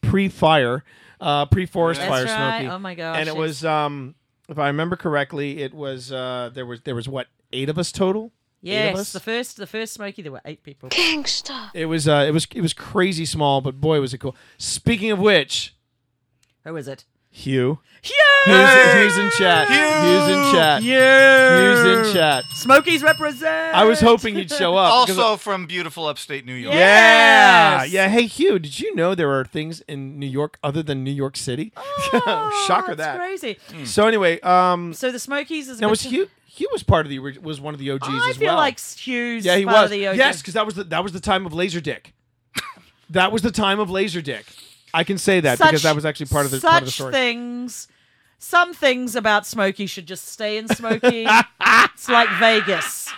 Speaker 2: pre fire, uh, pre forest
Speaker 1: That's
Speaker 2: fire
Speaker 1: right.
Speaker 2: Smokey.
Speaker 1: Oh my gosh,
Speaker 2: And it
Speaker 1: yes.
Speaker 2: was um, if I remember correctly, it was uh, there was there was what eight of us total. Eight of
Speaker 1: Yes,
Speaker 2: us?
Speaker 1: the first, the first Smoky, there were eight people.
Speaker 9: Gangsta.
Speaker 2: it was uh, it was it was crazy small, but boy was it cool. Speaking of which,
Speaker 1: Who is it?
Speaker 2: Hugh.
Speaker 1: Hugh.
Speaker 2: Hughes, Hughes in chat. Hughes in chat. Hughes in chat.
Speaker 1: Smokies represent.
Speaker 2: I was hoping you'd show up. Uh, because-
Speaker 5: Also from beautiful upstate New York.
Speaker 2: yeah,
Speaker 1: Yes.
Speaker 2: yeah. Hey, Hugh, did you know there are things in New York other than New York City?
Speaker 1: Oh,
Speaker 2: Shocker
Speaker 1: that's
Speaker 2: that.
Speaker 1: crazy.
Speaker 2: So anyway, um,
Speaker 1: So the Smokies is. a
Speaker 2: now
Speaker 1: bit-
Speaker 2: was Hugh? Hugh was part of the orig- was one of the OGs
Speaker 1: Oh, I
Speaker 2: as
Speaker 1: feel
Speaker 2: well.
Speaker 1: like Hugh's
Speaker 2: yeah, he
Speaker 1: part
Speaker 2: was.
Speaker 1: of the OG.
Speaker 2: Yes, because that was the that was the time of Laserdick. that was the time of Laserdick. I I can say that because that was actually part of the
Speaker 1: such
Speaker 2: part of the story.
Speaker 1: things. Some things about Smokey should just stay in Smokey. it's like Vegas.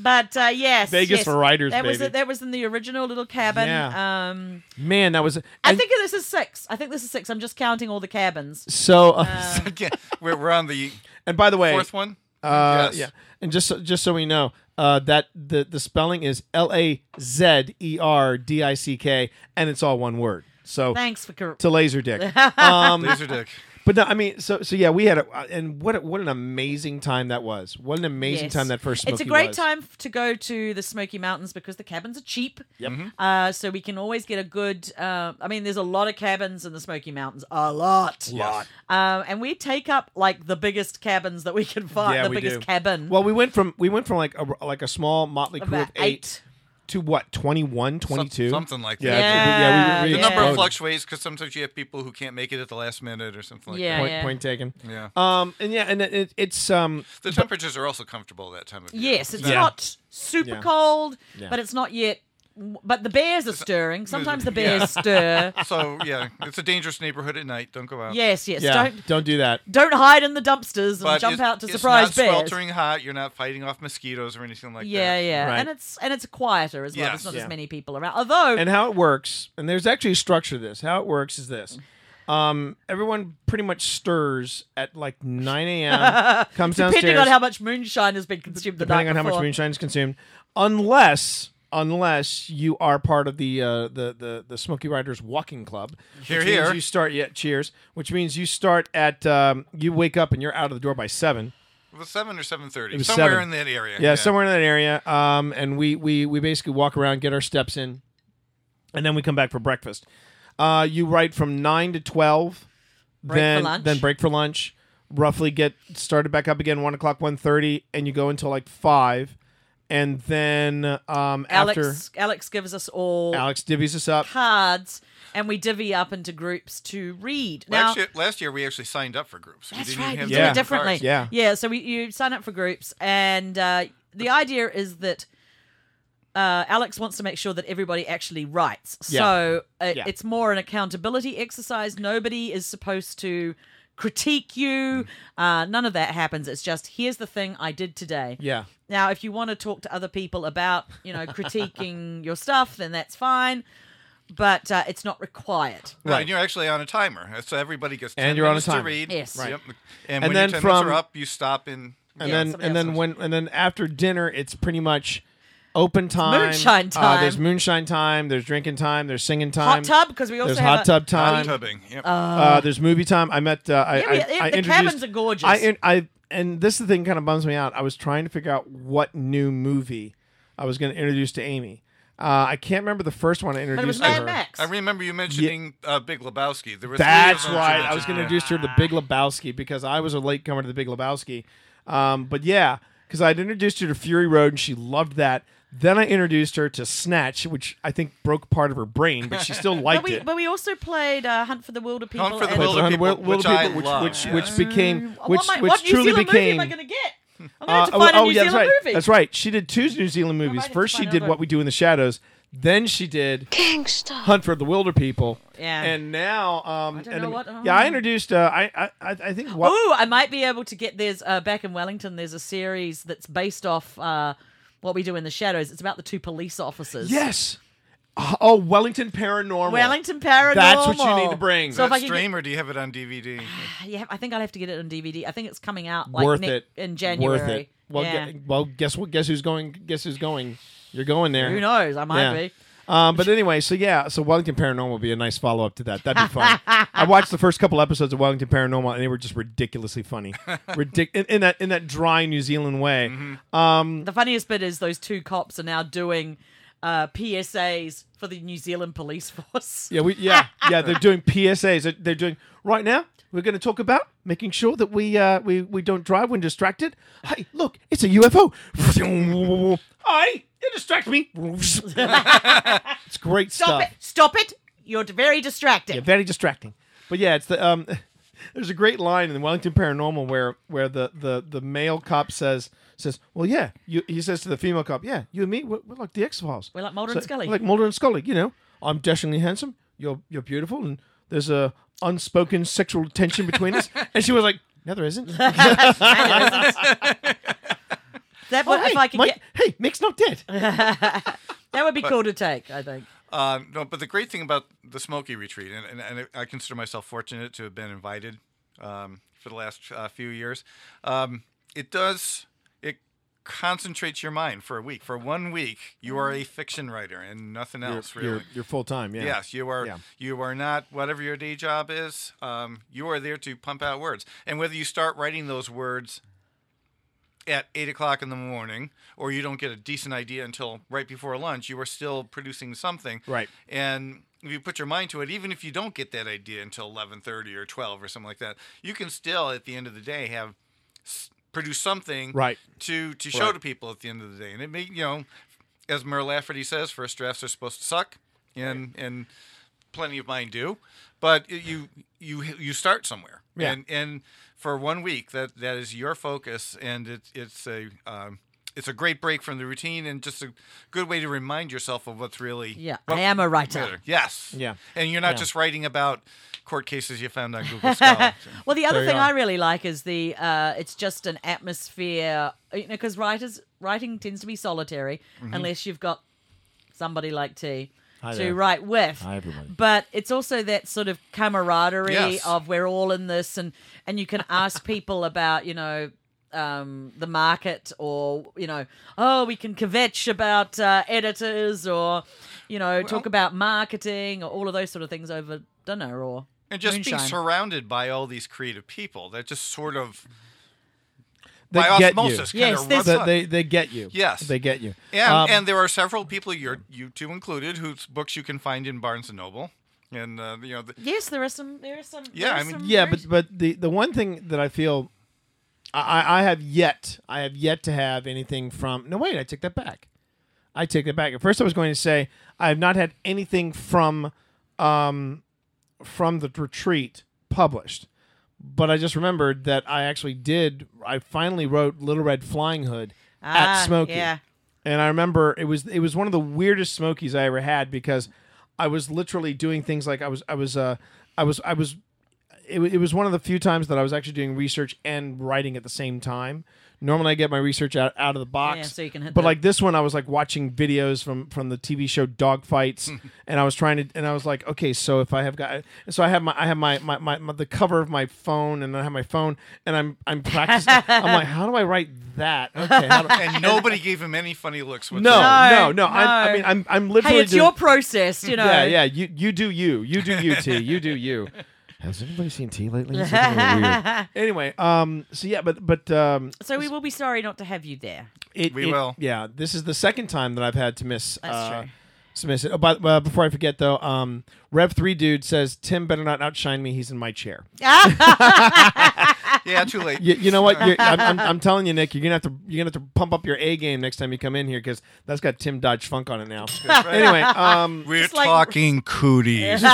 Speaker 1: But uh, yes,
Speaker 2: Vegas
Speaker 1: yes.
Speaker 2: for writers,
Speaker 1: That was
Speaker 2: baby.
Speaker 1: it. That was in the original little cabin.
Speaker 2: Yeah.
Speaker 1: Um,
Speaker 2: Man, that was.
Speaker 1: I
Speaker 2: and
Speaker 1: think this is six. I think this is six. I'm just counting all the cabins.
Speaker 2: so. Uh,
Speaker 5: Again, we're, we're on the
Speaker 2: and by the way,
Speaker 5: fourth one.
Speaker 2: Uh,
Speaker 5: Yes.
Speaker 2: Yeah, and just so, just so we know, uh, that the the spelling is L A Z E R D I C K, and it's all one word. So
Speaker 1: Thanks for cor-
Speaker 2: to laser dick. um,
Speaker 5: Laser dick.
Speaker 2: but no, I mean, so so yeah, we had a uh, and what a- what an amazing time that was. What an amazing
Speaker 1: Yes.
Speaker 2: time that first. Smokey
Speaker 1: It's a great
Speaker 2: was.
Speaker 1: time f- to go to the Smoky Mountains because the cabins are cheap. Yep.
Speaker 5: Mm-hmm.
Speaker 1: Uh, so we can always get a good. Uh, I mean, there's a lot of cabins in the Smoky Mountains, a lot.
Speaker 2: Lot.
Speaker 1: Um, and we take up like the biggest cabins that we can find,
Speaker 2: Yeah,
Speaker 1: the
Speaker 2: we
Speaker 1: biggest
Speaker 2: do.
Speaker 1: cabin.
Speaker 2: Well, we went from we went from like a like a small motley crew
Speaker 1: about
Speaker 2: of eight, to what 21, 22?
Speaker 5: something like
Speaker 2: yeah,
Speaker 5: that.
Speaker 2: yeah, we, we
Speaker 1: Yeah,
Speaker 5: The number
Speaker 1: yeah.
Speaker 5: fluctuates because sometimes you have people who can't make it at the last minute or something like
Speaker 1: Yeah.
Speaker 5: that.
Speaker 2: Point, point taken.
Speaker 5: Yeah.
Speaker 2: Um. And yeah. And it, it, it's um.
Speaker 5: The temperatures are also comfortable that time of year.
Speaker 1: yes, it's
Speaker 2: Yeah.
Speaker 1: not super
Speaker 2: Yeah.
Speaker 1: cold,
Speaker 2: Yeah.
Speaker 1: but it's not yet. But the bears are stirring. Sometimes the bears stir.
Speaker 5: So yeah, it's a dangerous neighborhood at night. Don't go out.
Speaker 1: Yes, yes.
Speaker 2: Yeah.
Speaker 1: Don't
Speaker 2: don't do that.
Speaker 1: don't hide in the dumpsters and
Speaker 5: But
Speaker 1: jump
Speaker 5: it's,
Speaker 1: out to
Speaker 5: it's
Speaker 1: surprise
Speaker 5: not
Speaker 1: bears.
Speaker 5: sweltering hot. You're not fighting off mosquitoes or anything like
Speaker 1: yeah,
Speaker 5: that.
Speaker 1: yeah,
Speaker 2: Right.
Speaker 1: and it's and it's quieter as well.
Speaker 5: Yes.
Speaker 1: There's not
Speaker 2: Yeah.
Speaker 1: as many people around. Although,
Speaker 2: and how it works, and there's actually a structure to this. How it works is this. Um, everyone pretty much stirs at like 9 a.m. comes downstairs,
Speaker 1: depending on how much moonshine has been consumed, the
Speaker 2: depending
Speaker 1: night
Speaker 2: on how much
Speaker 1: before.
Speaker 2: moonshine is consumed, unless unless you are part of the uh, the the the Smoky Riders Walking Club.
Speaker 5: Hear,
Speaker 2: which means
Speaker 5: hear.
Speaker 2: You start yeah, cheers. Which means you start at um, you wake up and you're out of the door by seven.
Speaker 5: It was seven or seven thirty,
Speaker 2: was
Speaker 5: somewhere
Speaker 2: seven.
Speaker 5: in that area.
Speaker 2: yeah, somewhere in that area. Um, and we we we basically walk around, get our steps in, and then we come back for breakfast. Uh, you write from nine to twelve,
Speaker 1: Break for
Speaker 2: then
Speaker 1: lunch.
Speaker 2: then break for lunch. Roughly get started back up again one o'clock, one thirty, and you go until like five, and then um
Speaker 1: Alex
Speaker 2: after
Speaker 1: Alex gives us all
Speaker 2: Alex divvies us up.
Speaker 1: cards, and we divvy up into groups to read.
Speaker 5: Last,
Speaker 1: Now,
Speaker 5: year, last year we actually signed up for groups. we
Speaker 1: that's
Speaker 5: didn't
Speaker 1: right,
Speaker 5: even
Speaker 1: we do
Speaker 5: have
Speaker 2: Yeah.
Speaker 1: it
Speaker 5: the cards.
Speaker 1: differently.
Speaker 2: Yeah.
Speaker 1: yeah. So we you sign up for groups, and uh, the idea is that. Uh, Alex wants to make sure that everybody actually writes.
Speaker 2: Yeah.
Speaker 1: So it,
Speaker 2: Yeah.
Speaker 1: it's more an accountability exercise. Nobody is supposed to critique you.
Speaker 2: Mm-hmm.
Speaker 1: Uh, none of that happens. It's just here's the thing I did today.
Speaker 2: Yeah,
Speaker 1: Now, if you want to talk to other people about, you know, critiquing your stuff, then that's fine, but uh, it's not required.
Speaker 5: No,
Speaker 2: Right.
Speaker 5: and you're actually on a timer, so everybody gets 10
Speaker 2: And you're on a
Speaker 5: minutes
Speaker 2: timer.
Speaker 5: to read.
Speaker 1: Yes. Right.
Speaker 5: Yep.
Speaker 2: And
Speaker 5: And, when
Speaker 2: then
Speaker 5: your 10 minutes
Speaker 2: from-
Speaker 5: are up, you stop and
Speaker 2: and
Speaker 1: Yeah,
Speaker 2: then
Speaker 1: somebody
Speaker 2: and then
Speaker 1: else
Speaker 2: when and then after dinner, it's pretty much open time.
Speaker 1: moonshine
Speaker 2: Uh, there's
Speaker 1: time.
Speaker 2: moonshine time. There's drinking time. There's singing time.
Speaker 1: Hot tub, because we also
Speaker 2: There's
Speaker 1: have
Speaker 2: hot
Speaker 1: a-
Speaker 2: tub time.
Speaker 5: hot tubbing. Yep.
Speaker 2: Uh, there's movie time. I met. Uh, I,
Speaker 1: Oh. Yeah, we-
Speaker 2: I-
Speaker 1: yeah,
Speaker 2: I
Speaker 1: the
Speaker 2: introduced-
Speaker 1: cabins are gorgeous.
Speaker 2: I, in- I and this is the thing kind of bums me out. I was trying to figure out what new movie I was going to introduce to Amy. Uh, I can't remember the first one
Speaker 1: But
Speaker 2: I
Speaker 1: it was
Speaker 2: introduced to
Speaker 1: Mad
Speaker 2: her.
Speaker 1: Max.
Speaker 5: I remember you mentioning uh, Big Lebowski. There were three of
Speaker 2: That's
Speaker 5: them that you
Speaker 2: right. I was
Speaker 5: mentioned.
Speaker 2: going to introduce her to the Big Lebowski because I was a latecomer to the Big Lebowski. Um, but yeah, because I'd introduced her to Fury Road and she loved that. Then I introduced her to Snatch, which I think broke part of her brain, but she still liked
Speaker 1: but, we,
Speaker 2: it.
Speaker 1: but we also played uh, Hunt for the Wilder People.
Speaker 5: Hunt for the
Speaker 1: and-
Speaker 5: Wilder
Speaker 2: Hunter
Speaker 5: People,
Speaker 2: Wilder
Speaker 5: which I
Speaker 2: which,
Speaker 5: love.
Speaker 2: which,
Speaker 5: Yeah.
Speaker 2: which became,
Speaker 1: What
Speaker 2: which,
Speaker 1: am I-
Speaker 2: which
Speaker 1: what New
Speaker 2: truly
Speaker 1: Zealand
Speaker 2: became.
Speaker 1: movie am I going to get? I'm going to
Speaker 2: Uh,
Speaker 1: find
Speaker 2: oh,
Speaker 1: a New
Speaker 2: yeah,
Speaker 1: Zealand
Speaker 2: that's right.
Speaker 1: movie.
Speaker 2: That's right. She did two New Zealand
Speaker 1: might
Speaker 2: movies.
Speaker 1: have to
Speaker 2: First, she
Speaker 1: find
Speaker 2: did
Speaker 1: another.
Speaker 2: What We Do in the Shadows. Then she did
Speaker 9: Gangsta.
Speaker 2: Hunt for the Wilder People.
Speaker 1: Yeah.
Speaker 2: And now, um,
Speaker 1: don't
Speaker 2: and-
Speaker 1: know what-
Speaker 2: yeah, I introduced. Uh, I, I, I I think. What,
Speaker 1: Oh, I might be able to get. There's uh, back in Wellington. There's a series that's based off uh, what we do in the shadows. It's about the two police officers.
Speaker 2: yes. Oh, Wellington Paranormal.
Speaker 1: Wellington Paranormal.
Speaker 2: That's what you need to bring.
Speaker 1: So if I
Speaker 5: That's
Speaker 1: can get
Speaker 5: stream, or do you have it on DVD?
Speaker 1: Yeah, I think I'd have to get it on DVD. I think it's coming out like
Speaker 2: worth
Speaker 1: ne-
Speaker 2: it
Speaker 1: in January.
Speaker 2: Worth it. Well,
Speaker 1: yeah.
Speaker 2: gu- well, guess what? Guess who's going? Guess who's going? You're going there.
Speaker 1: who knows? I might be.
Speaker 2: Um, but anyway, so yeah, so Wellington Paranormal would be a nice follow up to that. That'd be fun. I watched the first couple episodes of Wellington Paranormal, and they were just ridiculously funny, Ridic- in, in that in that dry New Zealand way.
Speaker 1: The funniest bit is those two cops are now doing uh, PSAs for the New Zealand police force.
Speaker 2: Yeah, we yeah yeah they're doing PSAs. They're, they're doing right now. We're going to talk about making sure that we uh, we we don't drive when distracted. Hey, look, it's a UFO. Hi, you distract me. it's great
Speaker 1: Stop
Speaker 2: stuff.
Speaker 1: it! Stop it! You're very distracting.
Speaker 2: Yeah, very distracting. But yeah, it's the um. There's a great line in the Wellington Paranormal where where the the the male cop says says, "Well, yeah," you, he says to the female cop, "Yeah, you and me, we're, we're like the X Files.
Speaker 1: We're like Mulder and Scully."
Speaker 2: We're like Mulder and Scully. You know, I'm dashingly handsome. You're you're beautiful, and there's a unspoken sexual tension between us, and she was like, "No, there isn't."
Speaker 1: That
Speaker 2: Oh,
Speaker 1: would,
Speaker 2: hey,
Speaker 1: if I could
Speaker 2: Mike-
Speaker 1: get,
Speaker 2: hey, Mick's not dead.
Speaker 1: that would be cool to take. I think.
Speaker 5: Uh, no, but the great thing about the Smoky Retreat, and, and, and I consider myself fortunate to have been invited um, for the last uh, few years, um, it does it concentrates your mind for a week. For one week, you are a fiction writer and nothing
Speaker 2: Mm-hmm. You're,
Speaker 5: else really.
Speaker 2: you're, full time. Yeah.
Speaker 5: Yes, you are.
Speaker 2: Yeah.
Speaker 5: You are not whatever your day job is. Um, you are there to pump out words, and whether you start writing those words at eight o'clock in the morning, or you don't get a decent idea until right before lunch, you are still producing something.
Speaker 2: Right.
Speaker 5: And if you put your mind to it, even if you don't get that idea until eleven thirty or twelve or something like that, you can still at the end of the day have s- produce something
Speaker 2: Right.
Speaker 5: to to show
Speaker 2: Right.
Speaker 5: to people at the end of the day. And it may you know, as Merle Lafferty says, first drafts are supposed to suck, and and plenty of mine do, but it- you you you start somewhere.
Speaker 2: Yeah.
Speaker 5: And and for one week that that is your focus, and it's it's a um, it's a great break from the routine and just a good way to remind yourself of what's really
Speaker 1: Yeah,
Speaker 5: what
Speaker 1: I am a writer.
Speaker 5: matter. Yes.
Speaker 2: Yeah.
Speaker 5: And you're not
Speaker 2: Yeah.
Speaker 5: just writing about court cases you found on Google Scholar.
Speaker 1: Well, the other
Speaker 2: There you
Speaker 1: thing
Speaker 2: are.
Speaker 1: I really like is the uh, it's just an atmosphere, you know, because writers writing tends to be solitary unless you've got somebody like T
Speaker 2: Mm-hmm. Hi
Speaker 1: to
Speaker 2: there.
Speaker 1: write with.
Speaker 2: Hi, everybody.
Speaker 1: But it's also that sort of camaraderie
Speaker 5: Yes.
Speaker 1: of we're all in this, and and you can ask people about you know. Um, the market, or you know, oh, we can kvetch about uh, editors, or you know, talk
Speaker 2: oh.
Speaker 1: about marketing, or all of those sort of things over dinner, or
Speaker 5: and just
Speaker 1: moonshine.
Speaker 5: being surrounded by all these creative people that just sort of
Speaker 2: They
Speaker 5: by
Speaker 2: get
Speaker 5: osmosis
Speaker 2: you.
Speaker 5: kind
Speaker 1: Yes,
Speaker 5: of
Speaker 1: there's-
Speaker 5: rubs
Speaker 2: They,
Speaker 5: up.
Speaker 2: they they get you.
Speaker 5: Yes.
Speaker 2: They get you.
Speaker 5: And,
Speaker 2: Um,
Speaker 5: and there are several people, you you two included, whose books you can find in Barnes and Noble, and uh, you know, the,
Speaker 1: Yes, there are some. There are some.
Speaker 5: Yeah,
Speaker 1: there are
Speaker 5: I mean-
Speaker 1: some
Speaker 2: yeah,
Speaker 1: very-
Speaker 2: but but the the one thing that I feel. I, I- I have yet I have yet to have anything from no wait I take that back I take that back at first I was going to say I have not had anything from um from the retreat published but I just remembered that I actually did I finally wrote Little Red Flying Hood
Speaker 1: Ah,
Speaker 2: at Smoky
Speaker 1: yeah.
Speaker 2: and I remember it was it was one of the weirdest smokies I ever had because I was literally doing things like I was I was uh I was I was it, wa- it was one of the few times that I was actually doing research and writing at the same time. Normally, I get my research out, out of the box,
Speaker 1: Yeah, so you can hit
Speaker 2: but
Speaker 1: the-
Speaker 2: like this one, I was like watching videos from from the TV show Dogfights, and I was trying to, and I was like, okay, so if I have got, so I have my I have my my, my, my the cover of my phone, and I have my phone, and I'm I'm practicing. I'm like, how do I write that? Okay, how do,
Speaker 5: and nobody gave him any funny looks.
Speaker 2: no,
Speaker 5: Whatsoever.
Speaker 2: no,
Speaker 1: No,
Speaker 2: no. I'm, I
Speaker 1: no.
Speaker 2: mean, I'm, I'm literally.
Speaker 1: hey, it's
Speaker 2: doing-
Speaker 1: your process, you know.
Speaker 2: Yeah, yeah. You, you do you. You do you. T. You do you.
Speaker 10: Has anybody seen tea lately? He's looking a little weird.
Speaker 2: Anyway, um. So yeah, but but um.
Speaker 1: So we will be sorry not to have you there.
Speaker 2: It,
Speaker 5: We
Speaker 2: it-
Speaker 5: will.
Speaker 2: Yeah, this is the second time that I've had to miss.
Speaker 1: That's
Speaker 2: uh,
Speaker 1: true.
Speaker 2: to miss it. Oh, but uh, before I forget though, um, Rev Three Dude says Tim better not outshine me. He's in my chair.
Speaker 5: yeah, too late.
Speaker 2: You, you know what? You're, I'm, I'm, I'm telling you, Nick. You're gonna have to you're gonna have to pump up your A game next time you come in here because that's got Tim Dodge Funk on it now. anyway, um,
Speaker 5: We're
Speaker 1: Just like-
Speaker 5: talking cooties.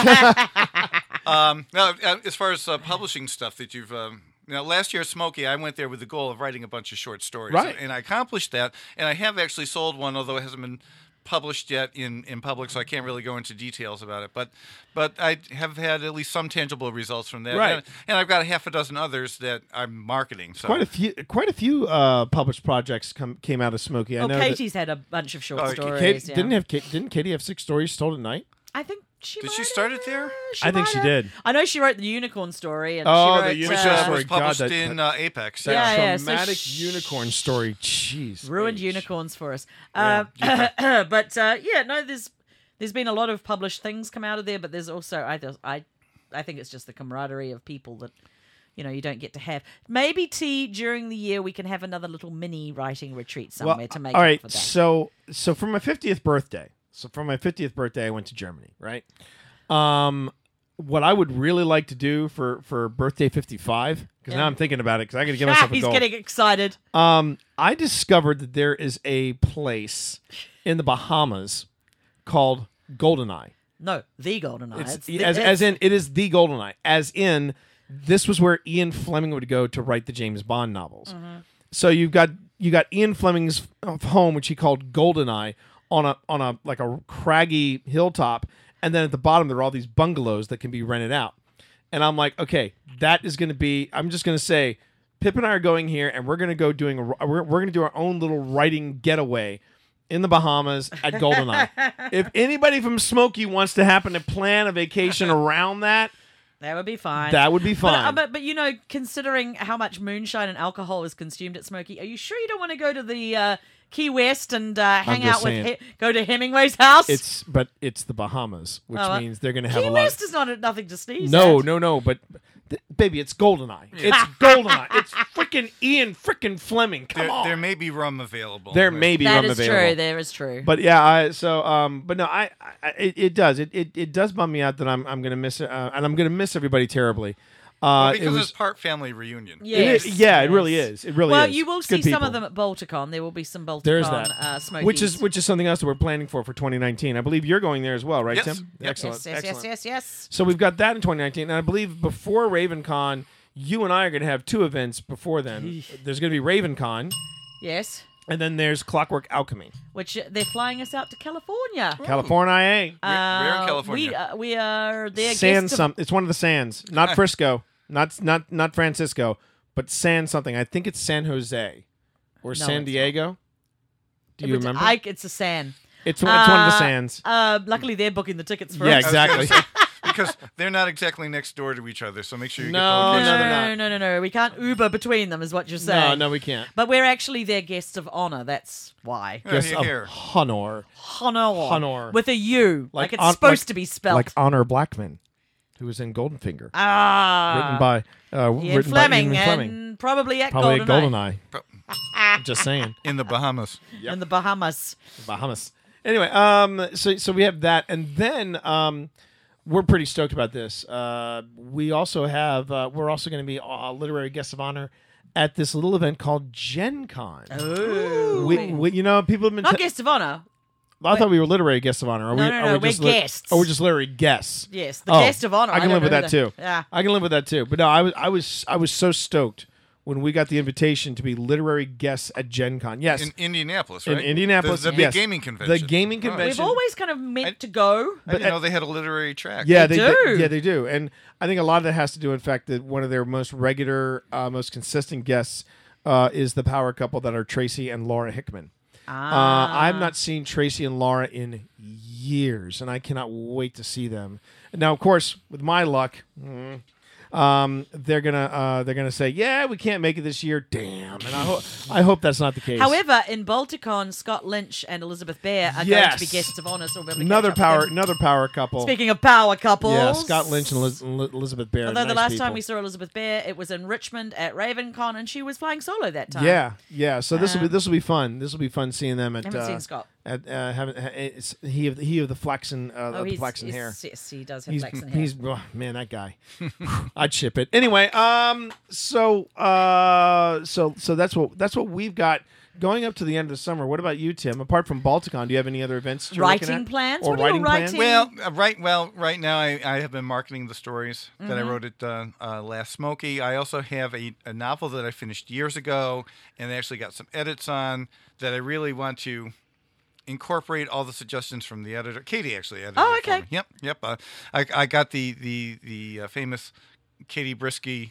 Speaker 5: um, now, uh, as far as uh, publishing stuff that you've. Um, now, last year at Smokey, I went there with the goal of writing a bunch of short stories.
Speaker 2: Right.
Speaker 5: And I accomplished that. And I have actually sold one, although it hasn't been published yet in, in public, so I can't really go into details about it. But but I have had at least some tangible results from that.
Speaker 2: Right.
Speaker 5: And, and I've got a half a dozen others that I'm marketing. So
Speaker 2: quite a few quite a few uh, published projects come came out of Smokey. I
Speaker 1: Oh,
Speaker 2: know that-
Speaker 1: Katie's had a bunch of short
Speaker 5: Oh, Ka-
Speaker 1: stories.
Speaker 2: Kate,
Speaker 1: yeah.
Speaker 2: didn't have Kate, didn't Katie have six stories told at night?
Speaker 1: I think she
Speaker 5: Did
Speaker 1: might
Speaker 5: she
Speaker 1: have,
Speaker 5: start it there?
Speaker 1: uh,
Speaker 2: I think
Speaker 1: might
Speaker 2: she
Speaker 1: have.
Speaker 2: did.
Speaker 1: I know she wrote the unicorn story. And
Speaker 2: Oh,
Speaker 1: she
Speaker 2: the
Speaker 1: wrote,
Speaker 5: Which
Speaker 2: unicorn
Speaker 5: uh,
Speaker 1: uh,
Speaker 2: story.
Speaker 5: was
Speaker 2: God,
Speaker 5: published
Speaker 2: that-
Speaker 5: in uh, Apex.
Speaker 1: Yeah, yeah, so
Speaker 2: Traumatic
Speaker 1: sh-
Speaker 2: unicorn story. Jeez.
Speaker 1: ruined
Speaker 2: H.
Speaker 1: unicorns for us. Uh, but uh, yeah, no, there's there's been a lot of published things come out of there, but there's also I th- I I think it's just the camaraderie of people that you know you don't get to have. Maybe T during the year we can have another little mini writing retreat somewhere to make
Speaker 2: all
Speaker 1: up
Speaker 2: right.
Speaker 1: for that.
Speaker 2: So so for my fiftieth birthday, so for my fiftieth birthday, I went to Germany. Right. Um, what I would really like to do for for birthday fifty five because now I'm thinking about it because I got to give
Speaker 1: Ah,
Speaker 2: myself a
Speaker 1: he's
Speaker 2: goal.
Speaker 1: getting excited.
Speaker 2: Um, I discovered that there is a place in the Bahamas called Goldeneye.
Speaker 1: No, the golden eye.
Speaker 2: It's,
Speaker 1: It's the-
Speaker 2: as,
Speaker 1: it's-
Speaker 2: as in it is the golden eye as in this was where ian fleming would go to write the james bond novels
Speaker 1: Mm-hmm.
Speaker 2: so you've got you got ian fleming's uh, home which he called golden eye on a on a like a craggy hilltop And then at the bottom, there are all these bungalows that can be rented out. And I'm like, okay, that is going to be, I'm just going to say, Pip and I are going here and we're going to go doing, a, we're, we're going to do our own little writing getaway in the Bahamas at Goldeneye. if anybody from Smoky wants to happen to plan a vacation around that,
Speaker 1: That would be fine.
Speaker 2: that would be
Speaker 1: But, uh,
Speaker 2: fine.
Speaker 1: but but you know, considering how much moonshine and alcohol is consumed at Smoky, are you sure you don't want to go to the uh, Key West and uh, hang
Speaker 2: just
Speaker 1: out with
Speaker 2: saying.
Speaker 1: he- go to Hemingway's house?
Speaker 2: it's, but it's the Bahamas, which
Speaker 1: Oh, uh,
Speaker 2: means they're going to have
Speaker 1: Key
Speaker 2: a lot.
Speaker 1: West is not a, nothing to sneeze.
Speaker 2: No,
Speaker 1: at.
Speaker 2: no, no. But th- baby, it's Goldeneye. It's Goldeneye. It's freaking Ian freaking Fleming. Come
Speaker 5: There,
Speaker 2: on.
Speaker 5: there may be rum available.
Speaker 2: There may be
Speaker 1: that
Speaker 2: rum
Speaker 1: is
Speaker 2: available.
Speaker 1: true. There is true.
Speaker 2: But yeah, I, so um, but no, I, I it, it does it, it it does bum me out that I'm I'm gonna miss uh, and I'm gonna miss everybody terribly. Uh,
Speaker 5: because
Speaker 2: it was
Speaker 5: it's part family reunion.
Speaker 1: yes,
Speaker 2: it is- yeah, it
Speaker 1: yes.
Speaker 2: really is. It really
Speaker 1: well,
Speaker 2: is.
Speaker 1: you will
Speaker 2: It's
Speaker 1: see
Speaker 2: good
Speaker 1: some
Speaker 2: people.
Speaker 1: of them at Balticon. There will be some Balticon
Speaker 2: There's that,
Speaker 1: uh, Smokies.
Speaker 2: which is which is something else that we're planning for for 2019. I believe you're going there as well, right,
Speaker 5: Yes.
Speaker 2: Tim?
Speaker 5: Yep.
Speaker 2: Excellent,
Speaker 1: yes, yes,
Speaker 2: excellent.
Speaker 1: yes, yes, yes.
Speaker 2: So we've got that in 2019, and I believe before RavenCon, you and I are going to have two events before then. There's going to be RavenCon,
Speaker 1: Yes.
Speaker 2: and then there's Clockwork Alchemy,
Speaker 1: Which uh, they're flying us out to California.
Speaker 2: California,
Speaker 5: We're, we're
Speaker 1: Uh,
Speaker 5: in California.
Speaker 1: We, uh, we are there.
Speaker 2: San some. It's one of the Sands, not Frisco, not not not Francisco, but San something. I think it's San Jose or
Speaker 1: it's
Speaker 2: San
Speaker 1: not.
Speaker 2: Diego. Do you remember?
Speaker 1: I, it's a San.
Speaker 2: it's, one- it's one of the
Speaker 1: Uh,
Speaker 2: Sands.
Speaker 1: Uh, luckily, they're booking the tickets for
Speaker 2: yeah,
Speaker 1: us.
Speaker 2: exactly.
Speaker 5: because they're not exactly next door to each other, so make sure you
Speaker 2: No,
Speaker 5: get the
Speaker 1: Oh, No,
Speaker 5: location.
Speaker 2: they're
Speaker 1: no,
Speaker 2: not.
Speaker 1: no, no, no. We can't Uber between them, is what you're saying.
Speaker 2: no, no, we can't.
Speaker 1: But we're actually their guests of honor. That's why.
Speaker 5: Yeah,
Speaker 2: Yes, oh.
Speaker 5: here,
Speaker 2: of
Speaker 5: here.
Speaker 2: honor,
Speaker 1: Honor.
Speaker 2: Honor.
Speaker 1: With a U. Like,
Speaker 2: Like
Speaker 1: it's
Speaker 2: hon-
Speaker 1: supposed
Speaker 2: like-
Speaker 1: to be spelled.
Speaker 2: like honor Blackman, who was in Goldenfinger, written
Speaker 1: ah.
Speaker 2: by uh,
Speaker 1: Ian
Speaker 2: written
Speaker 1: Fleming,
Speaker 2: by Ian Fleming.
Speaker 1: and probably at
Speaker 2: Probably
Speaker 1: Goldeneye,
Speaker 2: at Goldeneye. Just saying.
Speaker 5: In the Bahamas.
Speaker 1: in the Bahamas.
Speaker 2: Bahamas. Anyway, um, so so we have that, and then um, we're pretty stoked about this. Uh, we also have uh, we're also going to be a literary guest of honor at this little event called Gen Con.
Speaker 1: Ooh.
Speaker 2: We, we, you know, people have been.
Speaker 1: Oh. Not
Speaker 2: te-
Speaker 1: guest of honor.
Speaker 2: I thought we were literary guests of honor. Are
Speaker 1: No,
Speaker 2: we,
Speaker 1: no,
Speaker 2: are
Speaker 1: no,
Speaker 2: we
Speaker 1: we're
Speaker 2: just lit-
Speaker 1: guests.
Speaker 2: oh, we're just literary guests.
Speaker 1: Yes, the
Speaker 2: Oh,
Speaker 1: guest of honor.
Speaker 2: I can
Speaker 1: don't
Speaker 2: live with
Speaker 1: know
Speaker 2: that
Speaker 1: who the-
Speaker 2: too.
Speaker 1: Yeah.
Speaker 2: I can live with that too. But no, I was I was I was so stoked when we got the invitation to be literary guests at Gen Con. Yes,
Speaker 5: In Indianapolis,
Speaker 2: In
Speaker 5: right?
Speaker 2: Indianapolis,
Speaker 5: The, the
Speaker 2: yes.
Speaker 5: big gaming
Speaker 2: The
Speaker 5: convention.
Speaker 2: gaming
Speaker 5: All right.
Speaker 2: convention.
Speaker 1: We've always kind of meant to go.
Speaker 5: I didn't know they had a literary track.
Speaker 2: Yeah,
Speaker 1: They
Speaker 2: they,
Speaker 1: do.
Speaker 2: yeah, they do. And I think a lot of that has to do, in fact, that one of their most regular, uh, most consistent guests uh, is the power couple that are Tracy and Laura Hickman.
Speaker 1: Ah.
Speaker 2: Uh, I've not seen Tracy and Laura in years, and I cannot wait to see them. Now, of course, with my luck, mm, um, they're gonna uh, they're gonna say, "Yeah, we can't make it this year." Damn, and I, ho- I hope that's not the case.
Speaker 1: However, in Balticon, Scott Lynch and Elizabeth Bear are going to
Speaker 2: Yes.
Speaker 1: be guests of honor. So we'll be able to
Speaker 2: another
Speaker 1: catch up with
Speaker 2: power,
Speaker 1: them.
Speaker 2: another power couple.
Speaker 1: Speaking of power couples,
Speaker 2: yeah, Scott Lynch and Eliz- Elizabeth Bear.
Speaker 1: Although the
Speaker 2: nice
Speaker 1: last
Speaker 2: people.
Speaker 1: time we saw Elizabeth Bear, it was in Richmond at RavenCon, and she was flying solo that time. Um,
Speaker 2: Yeah, yeah. So this will be this will be fun. This will be fun seeing them at.
Speaker 1: haven't
Speaker 2: uh,
Speaker 1: seen Scott.
Speaker 2: At uh, haven't ha- it's he of the, he of the flaxen uh,
Speaker 1: Oh,
Speaker 2: the
Speaker 1: he's,
Speaker 2: flaxen
Speaker 1: he's-
Speaker 2: hair.
Speaker 1: Yes, he does have
Speaker 2: He's
Speaker 1: flaxen hair.
Speaker 2: he's oh, man that guy. I'd ship it anyway. Um, so uh, so so that's what that's what we've got going up to the end of the summer. What about you, Tim? Apart from Balticon, do you have any other events? You're looking
Speaker 1: Writing
Speaker 2: at?
Speaker 1: plans?
Speaker 2: Or
Speaker 1: What are you
Speaker 2: writing plans?
Speaker 1: writing?
Speaker 5: Well, uh, right. Well, right now I, I have been marketing the stories that I
Speaker 1: Mm-hmm.
Speaker 5: wrote at uh, uh, Last Smoky. I also have a, a novel that I finished years ago and actually got some edits on that I really want to incorporate all the suggestions from the editor. Katie actually edited.
Speaker 1: Oh,
Speaker 5: it for
Speaker 1: okay.
Speaker 5: me. Yep, yep. Uh, I I got the the the uh, famous Katie Brisky